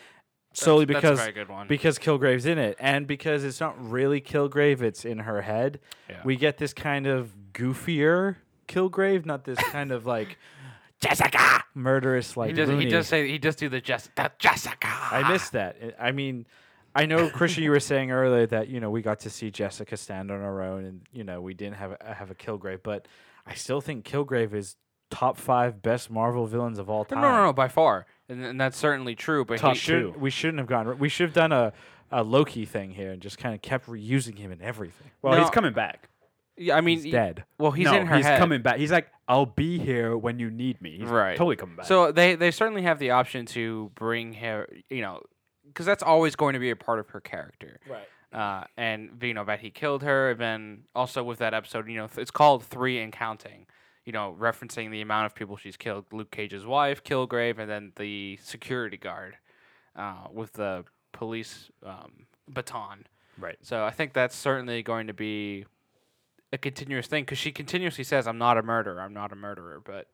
Speaker 2: solely
Speaker 4: that's a
Speaker 2: because
Speaker 4: very good one.
Speaker 2: because Kilgrave's in it, and because it's not really Kilgrave, it's in her head.
Speaker 4: Yeah.
Speaker 2: We get this kind of goofier Kilgrave, not this kind of like Jessica murderous like.
Speaker 4: He does. He
Speaker 2: loony.
Speaker 4: does say. He does do the Jess. The Jessica.
Speaker 2: I missed that. I I mean, I know Christian, you were saying earlier that you know we got to see Jessica stand on her own, and you know we didn't have a, uh, have a Kilgrave, but I still think Kilgrave is top five best Marvel villains of all
Speaker 4: No,
Speaker 2: time.
Speaker 4: no, no, no, by far, and, and that's certainly true. But
Speaker 2: We
Speaker 4: he,
Speaker 2: shouldn't, we shouldn't have gone. We should have done a, a Loki thing here and just kind of kept reusing him in everything.
Speaker 3: Well,
Speaker 4: No.
Speaker 3: he's coming back.
Speaker 4: Yeah, I mean,
Speaker 2: He's
Speaker 4: y-
Speaker 2: dead.
Speaker 4: Well, he's
Speaker 3: no,
Speaker 4: in her
Speaker 3: he's
Speaker 4: head.
Speaker 3: coming back. He's like, I'll be here when you need me. He's
Speaker 4: Right.
Speaker 3: Totally coming back.
Speaker 4: So they they certainly have the option to bring her, you know, because that's always going to be a part of her character.
Speaker 2: Right.
Speaker 4: Uh, and you know that he killed her, and then also with that episode, you know, th- it's called Three and Counting. You know, referencing the amount of people she's killed: Luke Cage's wife, Kilgrave, and then the security guard uh, with the police um, baton.
Speaker 3: right.
Speaker 4: So I think that's certainly going to be a continuous thing because she continuously says, "I'm not a murderer. I'm not a murderer." But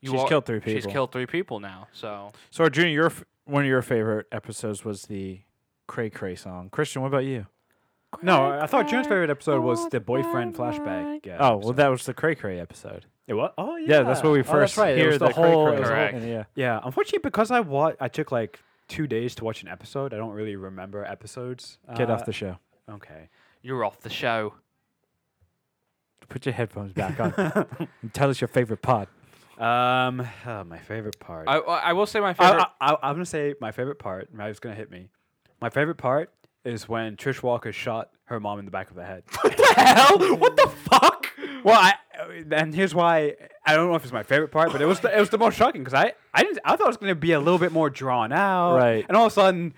Speaker 4: you
Speaker 2: She's
Speaker 4: al-
Speaker 2: killed three
Speaker 4: She's
Speaker 2: people.
Speaker 4: killed three people now. So
Speaker 2: So, Arjuna, your f- one of your favorite episodes was the Cray Cray song. Christian, what about you?
Speaker 3: No, I thought June's favorite episode was the boyfriend flashback. uh,
Speaker 2: oh, well,
Speaker 3: episode.
Speaker 2: that was the Cray Cray episode.
Speaker 3: It was. Oh
Speaker 2: Yeah,
Speaker 3: yeah.
Speaker 2: that's what we
Speaker 3: Oh, that's
Speaker 2: first
Speaker 3: right. It
Speaker 2: hear
Speaker 3: was
Speaker 2: the,
Speaker 3: cray
Speaker 2: whole.
Speaker 3: cray.
Speaker 2: it was the
Speaker 4: Correct.
Speaker 2: whole- yeah.
Speaker 3: Yeah, unfortunately, because I wa- I took like two days to watch an episode. I don't really remember episodes.
Speaker 2: Get off
Speaker 3: Uh,
Speaker 2: the show.
Speaker 3: Okay.
Speaker 4: you're off the show.
Speaker 2: Put your headphones back on. and tell us your favorite pod.
Speaker 3: Um, oh, my favorite part.
Speaker 4: I, I I will say my favorite.
Speaker 3: I, I, I, am gonna say my favorite part. Matt's gonna hit me. My favorite part is when Trish Walker shot her mom in the back of the head. What the hell? What the fuck? Well, I and here's why. I don't know if it's my favorite part, but it was the, it was the most shocking because I I didn't I thought it was gonna be a little bit more drawn out.
Speaker 2: Right.
Speaker 3: And all of a sudden,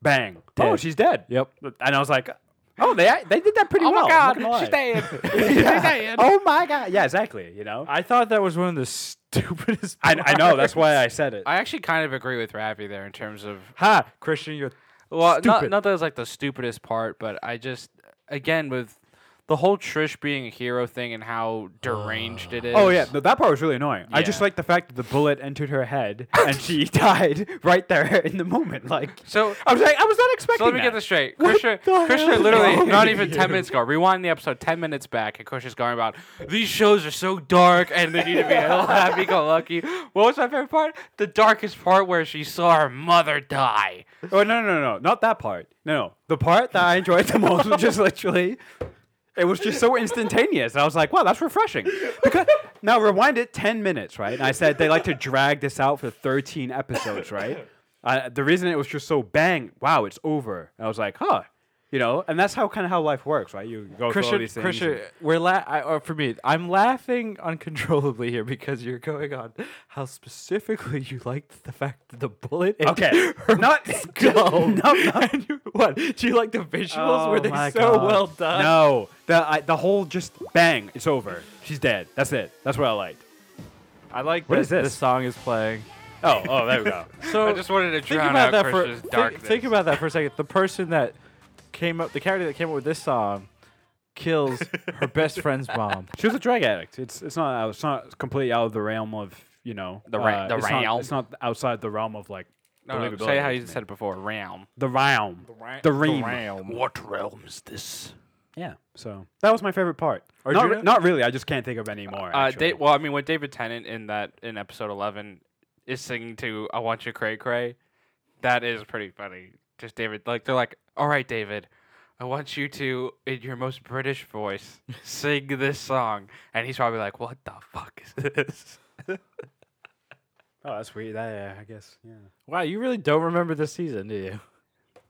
Speaker 3: bang! Oh,
Speaker 2: Dead.
Speaker 3: she's dead.
Speaker 2: Yep.
Speaker 3: And I was like, oh, they they did that pretty
Speaker 4: oh
Speaker 3: well.
Speaker 4: my
Speaker 3: I'm not
Speaker 4: God,
Speaker 3: gonna
Speaker 4: she's
Speaker 3: lie.
Speaker 4: dead.
Speaker 3: Yeah.
Speaker 4: She's dead.
Speaker 3: Oh my god. Yeah, exactly. You know.
Speaker 2: I thought that was one of the stupidest.
Speaker 3: I, I know. That's why I said it.
Speaker 4: I actually kind of agree with Ravi there in terms of
Speaker 2: ha, Christian, you're
Speaker 4: well, not
Speaker 2: Stupid.
Speaker 4: not that it's like the stupidest part, but I just again with the whole Trish being a hero thing and how deranged it is.
Speaker 3: Oh yeah, no, that part was really annoying. I just
Speaker 4: Yeah.
Speaker 3: like the fact that the bullet entered her head and she died right there in the moment. Like
Speaker 4: So
Speaker 3: I was like, I was not expecting.
Speaker 2: Oh,
Speaker 4: So let me
Speaker 3: that.
Speaker 4: get this straight.
Speaker 3: What
Speaker 4: Krishna,
Speaker 3: the
Speaker 4: Krishna
Speaker 3: hell?
Speaker 4: literally
Speaker 3: No.
Speaker 4: not even 10 minutes ago, rewind the episode 10 minutes back, and Krishna's going about, these shows are so dark and they need to be all happy go lucky. What was my favorite part? The darkest part where she saw her mother die.
Speaker 3: Oh no no no no, not that part. No no, the part that I enjoyed the most was just literally. It was just so instantaneous. I was like, wow, that's refreshing. Because now rewind it 10 minutes, right? And I said they like to drag this out for 13 episodes, right? Uh, the reason it was just so bang, wow, it's over. And I was like, huh. You know, and that's how kind of how life works, right? You go through all
Speaker 2: Christian,
Speaker 3: these things.
Speaker 2: Christian,
Speaker 3: and-
Speaker 2: we're la- I, or for me, I'm laughing uncontrollably here because you're going on how specifically you liked the fact that the bullet. and
Speaker 3: Okay.
Speaker 2: her
Speaker 3: Not-
Speaker 2: skull.
Speaker 3: No, no.
Speaker 2: And you- what? Do you like the visuals?
Speaker 3: Oh
Speaker 2: Were they
Speaker 3: my
Speaker 2: so
Speaker 3: God.
Speaker 2: well done?
Speaker 3: No, the I, the whole just bang, it's over. She's dead. That's it. That's what I liked.
Speaker 2: I like.
Speaker 3: What
Speaker 2: that
Speaker 3: is this?
Speaker 2: The song is playing.
Speaker 3: Oh, oh, there we go.
Speaker 2: So
Speaker 4: I just wanted to
Speaker 2: think
Speaker 4: drown
Speaker 2: about
Speaker 4: out
Speaker 2: that for
Speaker 4: Chris's
Speaker 2: think,
Speaker 4: darkness.
Speaker 2: think about that for a second. The person that came up, the character that came up with this song, kills her best friend's mom.
Speaker 3: She was a drug addict. It's it's not out- it's not completely out of the realm of you know uh,
Speaker 4: The ra- the
Speaker 3: it's Not,
Speaker 4: realm.
Speaker 3: it's not outside the realm of like
Speaker 4: No, no,
Speaker 3: believability
Speaker 4: say how
Speaker 3: to
Speaker 4: you
Speaker 3: me.
Speaker 4: said it before. Realm.
Speaker 3: the realm
Speaker 2: ra-
Speaker 3: the
Speaker 2: the
Speaker 3: realm.
Speaker 2: realm.
Speaker 3: What realm is this? Yeah. So that was my favorite part. Not,
Speaker 2: Arjuna?
Speaker 3: re- not really. I just can't think of any more.
Speaker 4: Uh,
Speaker 3: actually.
Speaker 4: da- well, I mean, when David Tennant in that in episode eleven is singing to "I Want You Cray Cray," that is pretty funny. Just David, like they're like, "All right, David, I want you to, in your most British voice, sing this song," and he's probably like, "What the fuck is this?"
Speaker 3: oh, that's weird. Yeah, I guess. Yeah.
Speaker 2: Wow, you really don't remember this season, do you?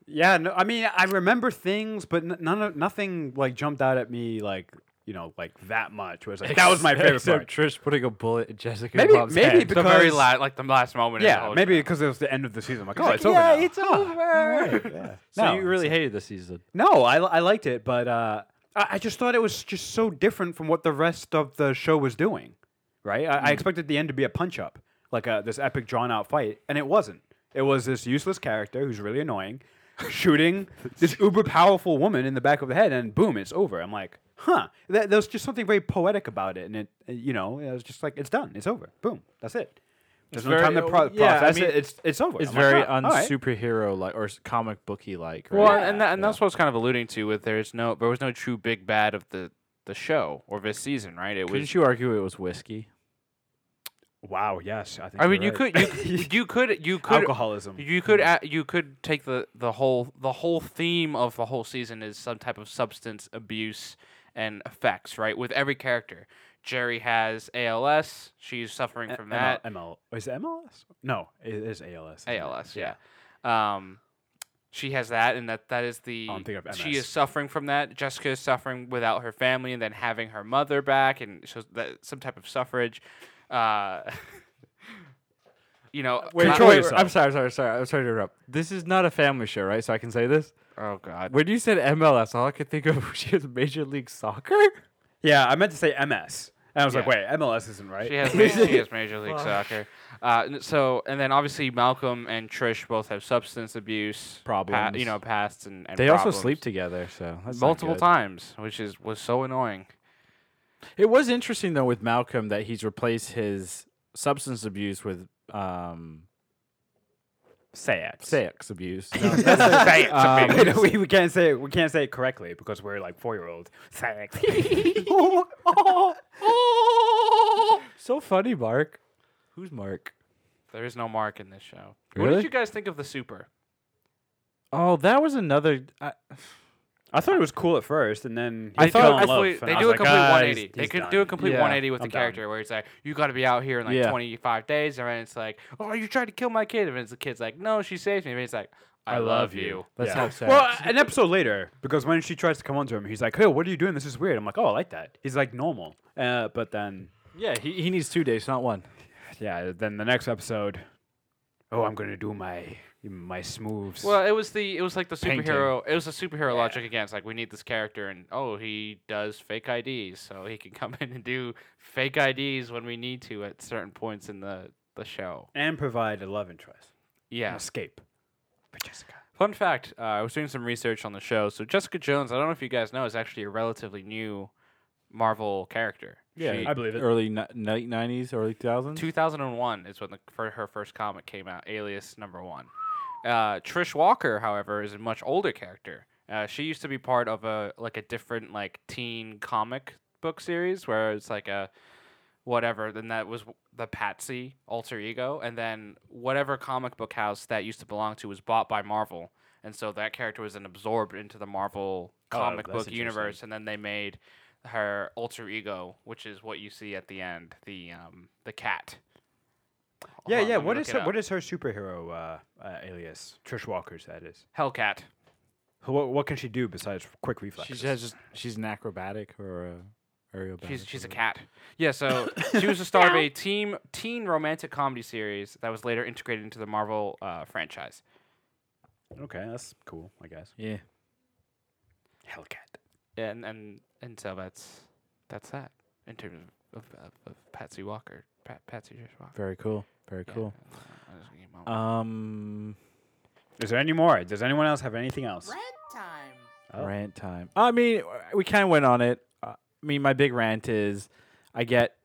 Speaker 3: Yeah. No, I mean, I remember things, but n- none of nothing like jumped out at me like you know like that much. Where it's like that was my favorite
Speaker 2: Except
Speaker 3: part.
Speaker 2: Trish putting a bullet in Jessica.
Speaker 3: Maybe-
Speaker 2: Bob's
Speaker 3: maybe
Speaker 2: head.
Speaker 3: be-
Speaker 4: the very
Speaker 3: Because-
Speaker 4: last, like the last moment. in the
Speaker 3: Yeah,
Speaker 4: whole
Speaker 3: maybe
Speaker 4: show.
Speaker 3: because it was the end of the season. I'm like, oh,
Speaker 2: Like,
Speaker 3: it's over.
Speaker 2: yeah,
Speaker 3: now."
Speaker 2: it's
Speaker 3: Ah, all
Speaker 2: over.
Speaker 3: right, yeah.
Speaker 2: So
Speaker 3: No,
Speaker 2: you really hated this season.
Speaker 3: No, I, I liked it, but uh, I, I just thought it was just so different from what the rest of the show was doing, right? I, I expected the end to be a punch up, like a, this epic drawn out fight, and it wasn't. It was this useless character who's really annoying, shooting this uber powerful woman in the back of the head, and boom, it's over. I'm like, huh. Th- there was just something very poetic about it, and it, uh, you know, it was just like, it's done, it's over, boom, that's it. There's no
Speaker 2: very-
Speaker 3: time to pro-
Speaker 2: yeah, I
Speaker 3: process
Speaker 2: mean,
Speaker 3: it. It's it's over.
Speaker 2: It's
Speaker 3: I'm like,
Speaker 2: very
Speaker 3: "Huh, all right."
Speaker 2: unsuperhero like or s- comic booky like. Right?
Speaker 4: Well, and, that, and that's what I was kind of alluding to. With there's no, there was no true big bad of the the show or this season, right? It was
Speaker 2: couldn't you argue it was whiskey?
Speaker 3: Wow. Yes. I, think
Speaker 4: I
Speaker 3: you're
Speaker 4: mean, you
Speaker 3: right.
Speaker 4: could, you, you could, you could,
Speaker 3: alcoholism.
Speaker 4: you could, a you could take the the whole the whole theme of the whole season is some type of substance abuse and effects, right? With every character, Jerry has ALS. She's suffering from that.
Speaker 3: ML, is it MLS? No, it is ALS. isn't it?
Speaker 4: ALS, yeah. Um, she has that, and that that is the.
Speaker 3: Oh, I'm thinking of
Speaker 4: She is
Speaker 3: MS.
Speaker 4: suffering from that. Jessica is suffering without her family, and then having her mother back, and so that some type of suffrage. Uh, you know,
Speaker 3: Wait,
Speaker 4: I-
Speaker 3: Control wait, yourself.
Speaker 2: I'm sorry, I'm sorry, sorry. I'm sorry to interrupt. This is not a family show, right? So I can say this.
Speaker 4: oh god.
Speaker 2: When you said MLS, all I could think of was she was Major League Soccer.
Speaker 3: Yeah, I meant to say MS. And I was like,
Speaker 4: Yeah.
Speaker 3: wait, MLS isn't right.
Speaker 4: She has, major, she has Major League Soccer. Uh, n- so, and then obviously Malcolm and Trish both have substance abuse pa-
Speaker 2: Problems.
Speaker 4: you know, pasts and, and
Speaker 2: They also
Speaker 4: problems
Speaker 2: sleep together, so that's not
Speaker 4: multiple
Speaker 2: good.
Speaker 4: times, which is was so annoying.
Speaker 2: It was interesting though with Malcolm that he's replaced his substance abuse with um,
Speaker 3: Sex.
Speaker 2: sex abuse.
Speaker 3: Sex.
Speaker 2: Um,
Speaker 3: Wait, no, we, we can't say it, we can't say it correctly because we're like four year olds. Sex.
Speaker 2: so funny, Mark. Who's Mark?
Speaker 4: There is no mark in this show. What
Speaker 2: Really?
Speaker 4: did you guys think of the Super?
Speaker 2: Oh, that was another. I,
Speaker 3: I thought it was cool at first, and then
Speaker 2: I
Speaker 3: he
Speaker 2: thought
Speaker 3: fell
Speaker 2: it
Speaker 3: in
Speaker 2: was
Speaker 3: love,
Speaker 4: Complete-
Speaker 3: and
Speaker 4: they
Speaker 3: I
Speaker 4: do a
Speaker 3: was like,
Speaker 4: complete
Speaker 3: "Ah,
Speaker 4: 180.
Speaker 3: he's-
Speaker 4: they
Speaker 3: he's
Speaker 4: could
Speaker 3: done."
Speaker 4: do a complete
Speaker 2: Yeah,
Speaker 4: 180 with
Speaker 3: I'm
Speaker 4: the
Speaker 3: done.
Speaker 4: character, where it's like, you got to be out here in like
Speaker 2: Yeah.
Speaker 4: 25 days, and then it's like, oh, you tried to kill my kid, and it's the kid's like, no, she saved me, and it's like, I, love, you.
Speaker 2: let's
Speaker 3: Yeah.
Speaker 2: have sex.
Speaker 3: Well, an episode later, because when she tries to come on to him, he's like, "Hey, what are you doing? This is weird." I'm like, "Oh, I like that." He's like, "Normal," uh, but then
Speaker 2: yeah, he, he needs two dates, not one.
Speaker 3: yeah, then the next episode, oh, I'm gonna do my my smooths.
Speaker 4: Well, it was the it was like the
Speaker 3: Painting.
Speaker 4: superhero. It was the superhero logic again. It's like we need this character, and oh, he does fake IDs, so he can come in and do fake IDs when we need to at certain points in the the show.
Speaker 3: and provide a love interest, an
Speaker 4: Yeah.
Speaker 3: escape for Jessica.
Speaker 4: Fun fact: uh, I was doing some research on the show. So Jessica Jones, I don't know if you guys know, is actually a relatively new Marvel character. She-
Speaker 3: I believe it.
Speaker 2: Early ni- late nineties, early two thousands.
Speaker 4: 2001 is when the, for her first comic came out, Alias Number One. Uh, Trish Walker, however, is a much older character. Uh, she used to be part of a like a different like teen comic book series where it's like a whatever. Then that was w- the Patsy alter ego, and then whatever comic book house that used to belong to was bought by Marvel, and so that character was then absorbed into the Marvel
Speaker 3: Oh,
Speaker 4: comic
Speaker 3: that's
Speaker 4: book universe, and then they made her alter ego, which is what you see at the end, the um the cat. Hold
Speaker 3: Yeah,
Speaker 4: on, let
Speaker 3: yeah.
Speaker 4: me
Speaker 3: What
Speaker 4: look
Speaker 3: is
Speaker 4: it
Speaker 3: her,
Speaker 4: up.
Speaker 3: what is her superhero uh, uh, alias? Trish Walker's. That is.
Speaker 4: Hellcat?
Speaker 3: What, what can she do besides quick reflexes?
Speaker 2: She's just she's an acrobatic or a aerobatic.
Speaker 4: She's she's a
Speaker 2: or-
Speaker 4: cat. Yeah, so she was the star of a team teen romantic comedy series that was later integrated into the Marvel uh, franchise.
Speaker 3: okay, that's cool. I guess.
Speaker 2: Yeah.
Speaker 3: Hellcat.
Speaker 4: and and and so that's that's that in terms of, of, of, of Patsy Walker, Pat, Patsy Trish Walker.
Speaker 2: Very cool. Very
Speaker 4: Yeah,
Speaker 2: cool.
Speaker 4: uh, I just gave him a-
Speaker 2: Um,
Speaker 3: Is there any more? Does anyone else have anything else?
Speaker 1: time.
Speaker 3: Oh.
Speaker 2: rant time. I mean, we kind of went on it. Uh, I mean, my big rant is, I get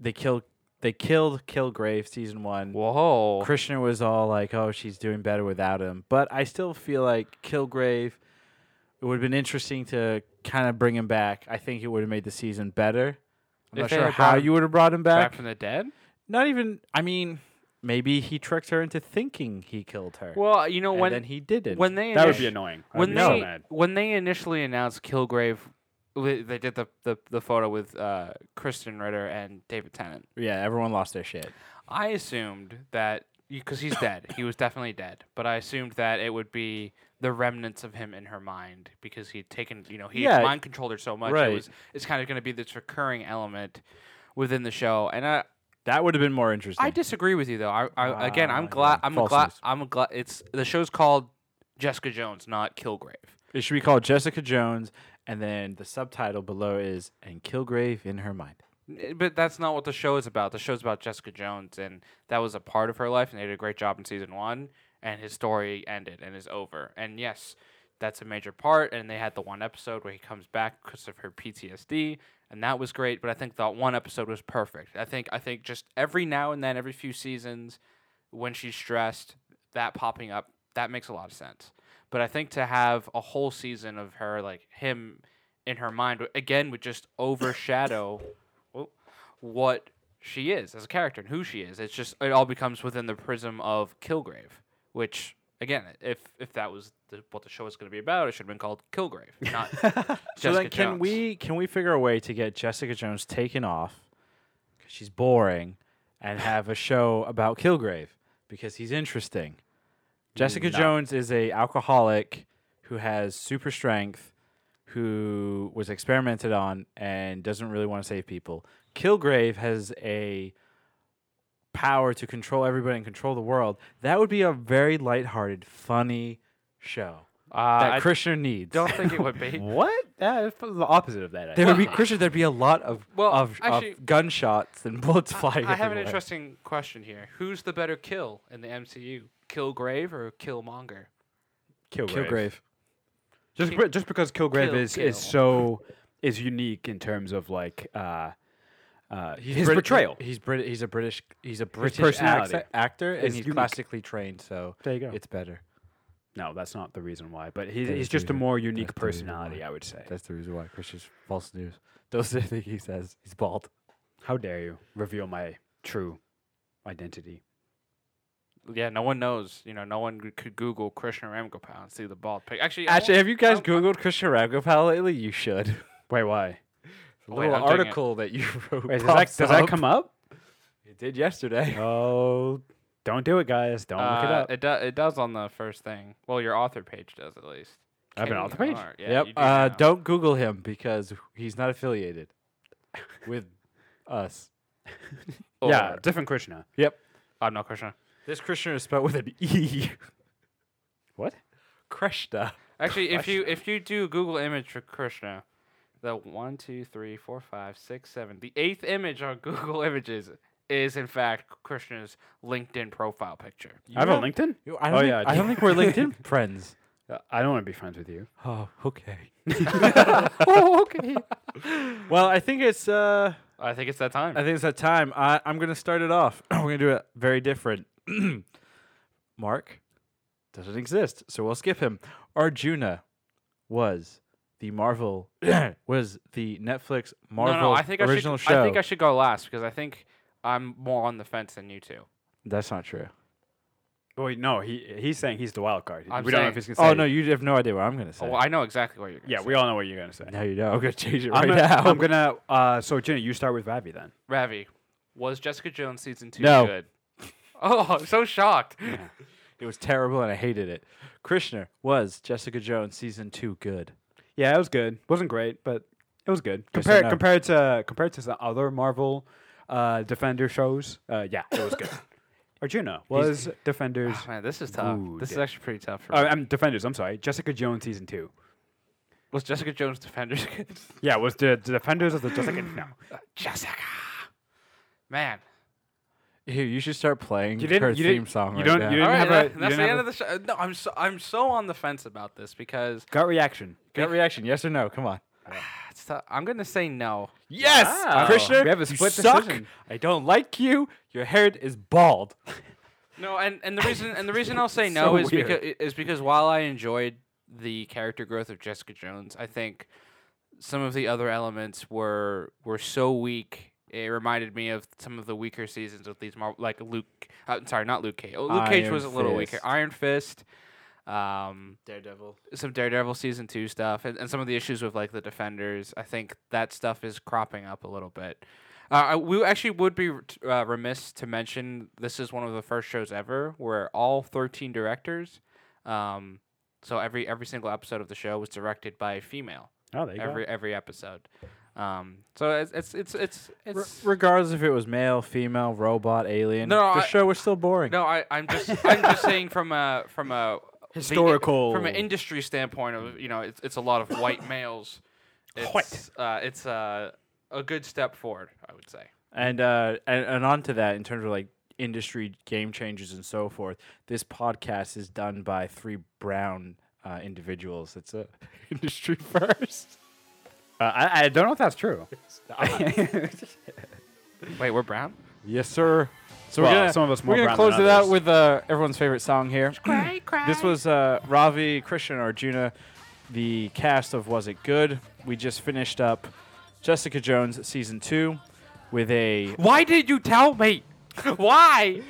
Speaker 2: they killed they killed Kilgrave season one.
Speaker 4: Whoa!
Speaker 2: Krishna was all like, "Oh, she's doing better without him," but I still feel like Kilgrave. It would have been interesting to kind of bring him back. I think it would have made the season better. I'm
Speaker 4: If
Speaker 2: not
Speaker 4: they
Speaker 2: sure
Speaker 4: had
Speaker 2: how
Speaker 4: brought him
Speaker 2: you would have brought him back.
Speaker 4: Back from the dead.
Speaker 2: Not even. I mean, maybe he tricked her into thinking he killed her.
Speaker 4: Well, you know
Speaker 2: and
Speaker 4: when
Speaker 2: then he didn't.
Speaker 4: when they
Speaker 3: That would
Speaker 4: initi-
Speaker 3: be annoying. I'd
Speaker 4: when
Speaker 3: be
Speaker 4: they
Speaker 3: so mad.
Speaker 4: when they initially announced Kilgrave, li- they did the the, the photo with uh, Kristen Ritter and David Tennant.
Speaker 2: yeah, everyone lost their shit.
Speaker 4: I assumed that because he's dead, he was definitely dead. But I assumed that it would be the remnants of him in her mind because he'd taken, you know, he
Speaker 2: Yeah.
Speaker 4: mind controlled her so much.
Speaker 2: Right.
Speaker 4: It was, it's kind of going to be this recurring element within the show. And I,
Speaker 2: That would have been more interesting.
Speaker 4: I disagree with you though. I, I again, I'm
Speaker 2: Wow,
Speaker 4: glad,
Speaker 2: Ah, yeah.
Speaker 4: I'm
Speaker 2: False
Speaker 4: glad,
Speaker 2: news.
Speaker 4: I'm glad. It's the show's called Jessica Jones, not Kilgrave.
Speaker 2: It should be called Jessica Jones, and then the subtitle below is "And Kilgrave in her mind."
Speaker 4: N- Eh, But that's not what the show is about. The show's about Jessica Jones, and that was a part of her life, and they did a great job in season one. And his story ended and is over. And yes, that's a major part. And they had the one episode where he comes back because of her PTSD, and that was great. But I think that one episode was perfect. I think I think just every now and then, every few seasons, when she's stressed, that popping up that makes a lot of sense. But I think to have a whole season of her like him in her mind w- again would just overshadow oh, what she is as a character and who she is. It's just it all becomes within the prism of Kilgrave, which again, if if that was the, what the show was going to be about, it should have been called Kilgrave, not Jessica
Speaker 2: so then, can
Speaker 4: Jones.
Speaker 2: we can we figure a way to get Jessica Jones taken off because she's boring, and have a show about Kilgrave because he's interesting? Jessica
Speaker 3: No.
Speaker 2: Jones is a alcoholic who has super strength, who was experimented on and doesn't really want to save people. Kilgrave has a power to control everybody and control the world. That would be a very lighthearted, funny show
Speaker 4: Uh,
Speaker 2: that
Speaker 4: I
Speaker 2: Krishna needs.
Speaker 4: don't think it would be.
Speaker 3: What? That's the opposite of that. I
Speaker 2: There would be
Speaker 3: think.
Speaker 2: Christian. There'd be a lot of
Speaker 4: Well,
Speaker 2: of,
Speaker 4: actually-
Speaker 2: of gunshots and bullets flying.
Speaker 4: I have an
Speaker 2: everywhere.
Speaker 4: interesting question here. Who's the better kill in the MCU? Killgrave or Killmonger?
Speaker 3: Kilgrave.
Speaker 2: Kilgrave.
Speaker 3: Just
Speaker 4: Ki-
Speaker 3: be- just because Kilgrave
Speaker 4: Kill,
Speaker 3: is
Speaker 4: kill.
Speaker 3: is so is unique in terms of like uh, uh, his
Speaker 2: Brit-
Speaker 3: portrayal.
Speaker 2: He's Brit. He's a British. He's a British
Speaker 3: personality
Speaker 2: acce- actor, and
Speaker 3: is
Speaker 2: he's
Speaker 3: unique.
Speaker 2: classically trained, so
Speaker 3: There you go.
Speaker 2: it's better.
Speaker 3: no, that's not the reason why. But he's,
Speaker 2: That
Speaker 3: he's
Speaker 2: is
Speaker 3: just a
Speaker 2: reason-
Speaker 3: more unique
Speaker 2: that's the reason
Speaker 3: personality,
Speaker 2: why.
Speaker 3: I would say.
Speaker 2: That's the reason why Christian's false news. Those are the things he says. He's bald.
Speaker 3: How dare you reveal my true identity?
Speaker 4: Yeah, no one knows. You know, no one g- could Google Krishna Ramgopal and see the bald pig. Actually, I
Speaker 2: Actually,
Speaker 4: won't-
Speaker 2: have you guys
Speaker 4: I'm-
Speaker 2: googled Christian Ramgopal lately? You should.
Speaker 3: Wait, why?
Speaker 2: A
Speaker 4: Wait,
Speaker 2: little
Speaker 4: I'm doing it.
Speaker 2: article that you wrote.
Speaker 3: Wait, does that,
Speaker 2: pops
Speaker 3: does that
Speaker 2: up.
Speaker 3: come up?
Speaker 2: It did yesterday.
Speaker 3: Oh, don't do it, guys. Don't look it
Speaker 4: Uh,
Speaker 3: up.
Speaker 4: It, do, it does on the first thing. Well, your author page does at least.
Speaker 3: I have an
Speaker 4: King
Speaker 3: author page?
Speaker 4: Art, Yeah,
Speaker 2: yep.
Speaker 4: you do
Speaker 2: uh,
Speaker 4: now.
Speaker 2: don't Google him because he's not affiliated with us.
Speaker 3: yeah,
Speaker 4: Or-
Speaker 3: different Krishna.
Speaker 2: Yep.
Speaker 4: I'm not Krishna.
Speaker 2: This Krishna is spelled with an E.
Speaker 3: What?
Speaker 2: Krishna.
Speaker 4: Actually, if you if you do Google image for Krishna, the one, two, three, four, five, six, seven, the eighth image on Google Images is in fact Krishna's LinkedIn profile picture.
Speaker 3: I have a LinkedIn.
Speaker 2: I
Speaker 3: Oh,
Speaker 2: don't, think,
Speaker 3: yeah, I
Speaker 2: I don't
Speaker 3: do.
Speaker 2: think we're LinkedIn friends.
Speaker 3: Uh, I don't want to be friends with you.
Speaker 2: Oh, okay.
Speaker 4: oh, okay.
Speaker 2: Well, I think it's uh,
Speaker 4: I think it's that time.
Speaker 2: I think it's that time. I, I'm gonna start it off. we're gonna do it very different. Mark doesn't exist, so we'll skip him. Arjuna was the Marvel was the Netflix Marvel
Speaker 4: no, no, I think
Speaker 2: original
Speaker 4: I should,
Speaker 2: show.
Speaker 4: I think I should go last because I think I'm more on the fence than you two.
Speaker 2: That's not true.
Speaker 3: Well, wait, no, he he's saying he's the wild card.
Speaker 4: I'm
Speaker 3: we don't know
Speaker 4: saying-
Speaker 3: if he's gonna say.
Speaker 2: Oh no, you have no idea what I'm gonna say.
Speaker 4: Oh, well, I know exactly what you're. Gonna
Speaker 3: Yeah,
Speaker 4: say.
Speaker 3: we all know what you're gonna say.
Speaker 2: no, you don't. I'm gonna change it right
Speaker 3: I'm gonna,
Speaker 2: now.
Speaker 3: I'm gonna. Uh, so Jenny, you start with Ravi then.
Speaker 4: Ravi, was Jessica Jones season two
Speaker 2: No.
Speaker 4: good? Oh, I'm so shocked.
Speaker 2: It was terrible and I hated it. Krishner was Jessica Jones season two good.
Speaker 3: Yeah, it was good. wasn't great, but it was good
Speaker 2: Yes or
Speaker 3: compared
Speaker 2: no?
Speaker 3: compared to compared to the other Marvel uh, Defender shows. Uh, yeah, it was good. Arjuna was Defenders.
Speaker 4: Oh, man, this is tough.
Speaker 3: Ooh,
Speaker 4: this is
Speaker 3: da-
Speaker 4: actually pretty tough for me.
Speaker 3: Uh, I'm Defenders. I'm sorry, Jessica Jones season two.
Speaker 4: was Jessica Jones Defenders good?
Speaker 3: Yeah, was the, the Defenders of the Jessica? No,
Speaker 4: Jessica, man.
Speaker 2: Here, you should start playing
Speaker 3: You didn't-
Speaker 2: her
Speaker 3: you
Speaker 2: theme
Speaker 3: didn't-
Speaker 2: song
Speaker 3: you
Speaker 2: right
Speaker 3: don't-
Speaker 2: now.
Speaker 3: you didn't-
Speaker 4: All right,
Speaker 3: have a-
Speaker 4: that-
Speaker 3: you
Speaker 4: that's
Speaker 3: didn't
Speaker 4: the end
Speaker 3: have
Speaker 4: of the show. No, I'm so I'm so on the fence about this because
Speaker 3: gut reaction.
Speaker 2: Gut reaction, yes or no? Come on.
Speaker 4: it's tou- I'm gonna say no.
Speaker 2: Yes,
Speaker 3: Wow.
Speaker 2: Krishna.
Speaker 3: We have a split
Speaker 2: you suck.
Speaker 3: decision.
Speaker 2: I don't like you. Your head is bald.
Speaker 4: No, and, and the reason and the reason I'll say
Speaker 3: So
Speaker 4: no is
Speaker 3: weird.
Speaker 4: because is because while I enjoyed the character growth of Jessica Jones, I think some of the other elements were were so weak. It reminded me of some of the weaker seasons with these Mar- like Luke. Uh, sorry, not Luke Cage. Oh, Luke Cage
Speaker 2: Iron
Speaker 4: was a little weaker.
Speaker 2: Fist.
Speaker 4: Iron Fist. Um,
Speaker 1: Daredevil.
Speaker 4: some Daredevil season two stuff and, and some of the issues with like the Defenders. I think that stuff is cropping up a little bit. Uh, I, we actually would be r- t- uh, remiss to mention this is one of the first shows ever where all 13 directors, um, so every every single episode of the show was directed by a female.
Speaker 3: Oh, there you go.
Speaker 4: Every every episode. Um, so it's it's it's it's,
Speaker 2: Re-
Speaker 4: it's
Speaker 2: regardless if it was male, female, robot, alien,
Speaker 4: No,
Speaker 2: the
Speaker 4: I-
Speaker 2: show was still boring.
Speaker 4: no, I I'm just I'm just saying from a from a the-
Speaker 3: Historical-
Speaker 4: from an industry standpoint of you know it's it's a lot of white males. It's,
Speaker 3: White.
Speaker 4: Uh, it's uh, a good step forward, I would say.
Speaker 2: And uh, and, and on to that, in terms of like industry game changes and so forth, this podcast is done by three brown uh, individuals. It's a industry first.
Speaker 3: Uh, I, I don't know if that's true.
Speaker 4: Wait, we're brown.
Speaker 2: Yes, sir. So
Speaker 3: Well,
Speaker 2: we're gonna
Speaker 3: some of us more
Speaker 2: we're gonna
Speaker 3: brown
Speaker 2: close
Speaker 3: than
Speaker 2: it out
Speaker 3: others.
Speaker 2: with uh, everyone's favorite song here. This was uh, Ravi, Krishnan, Arjuna, the cast of Was It Good? We just finished up Jessica Jones season two with a.
Speaker 4: Why did you tell me? Why?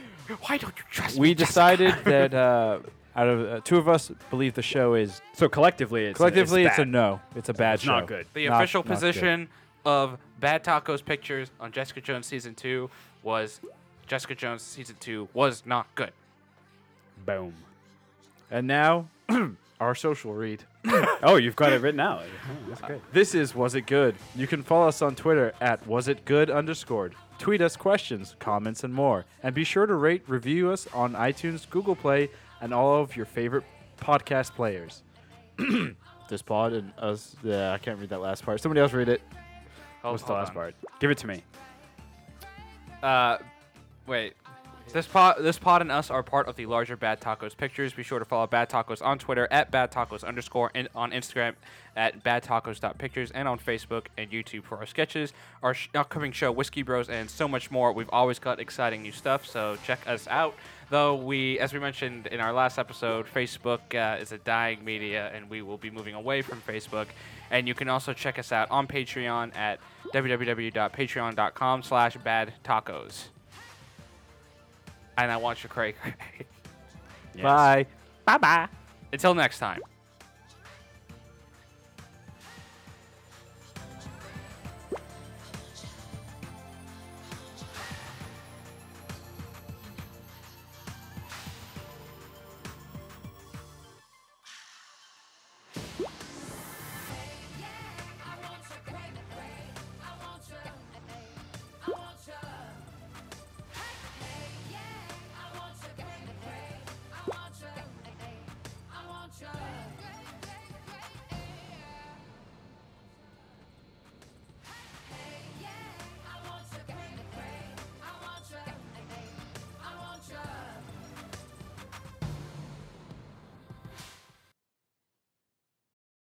Speaker 4: Why don't you trust
Speaker 2: We
Speaker 4: me?
Speaker 2: decided that uh, out of uh, two of us believe the show is
Speaker 3: So collectively, it's
Speaker 2: collectively it's,
Speaker 3: it's,
Speaker 2: a
Speaker 3: bad.
Speaker 2: no. It's a bad
Speaker 3: It's
Speaker 2: show.
Speaker 3: not good.
Speaker 4: The
Speaker 2: Not-
Speaker 4: official
Speaker 2: not good.
Speaker 4: position of Bad Tacos Pictures on Jessica Jones season two was Jessica Jones season two was not good.
Speaker 3: Boom.
Speaker 2: And now our social read.
Speaker 3: Oh, you've got it written out. Oh, that's good.
Speaker 2: This is Was It Good? You can follow us on Twitter at WasItGood underscored. Tweet us questions, comments, and more. And be sure to rate, review us on iTunes, Google Play, and all of your favorite podcast players. this pod and us, yeah, I can't read that last part. Somebody else read it.
Speaker 4: Hold,
Speaker 3: What's the
Speaker 4: hold
Speaker 3: last
Speaker 4: on.
Speaker 3: part? Give it to me.
Speaker 4: Uh, wait. This pod, this pod and us are part of the larger Bad Tacos Pictures. Be sure to follow Bad Tacos on Twitter at Bad Tacos underscore and on Instagram at Bad Tacos.pictures and on Facebook and YouTube for our sketches, our sh- upcoming show Whiskey Bros, and so much more. We've always got exciting new stuff, so check us out. Though we, as we mentioned in our last episode, Facebook uh, is a dying media, and we will be moving away from Facebook. And you can also check us out on Patreon at www.patreon.com slash bad tacos. And I want you, Craig.
Speaker 2: Bye.
Speaker 4: bye bye. Until next time.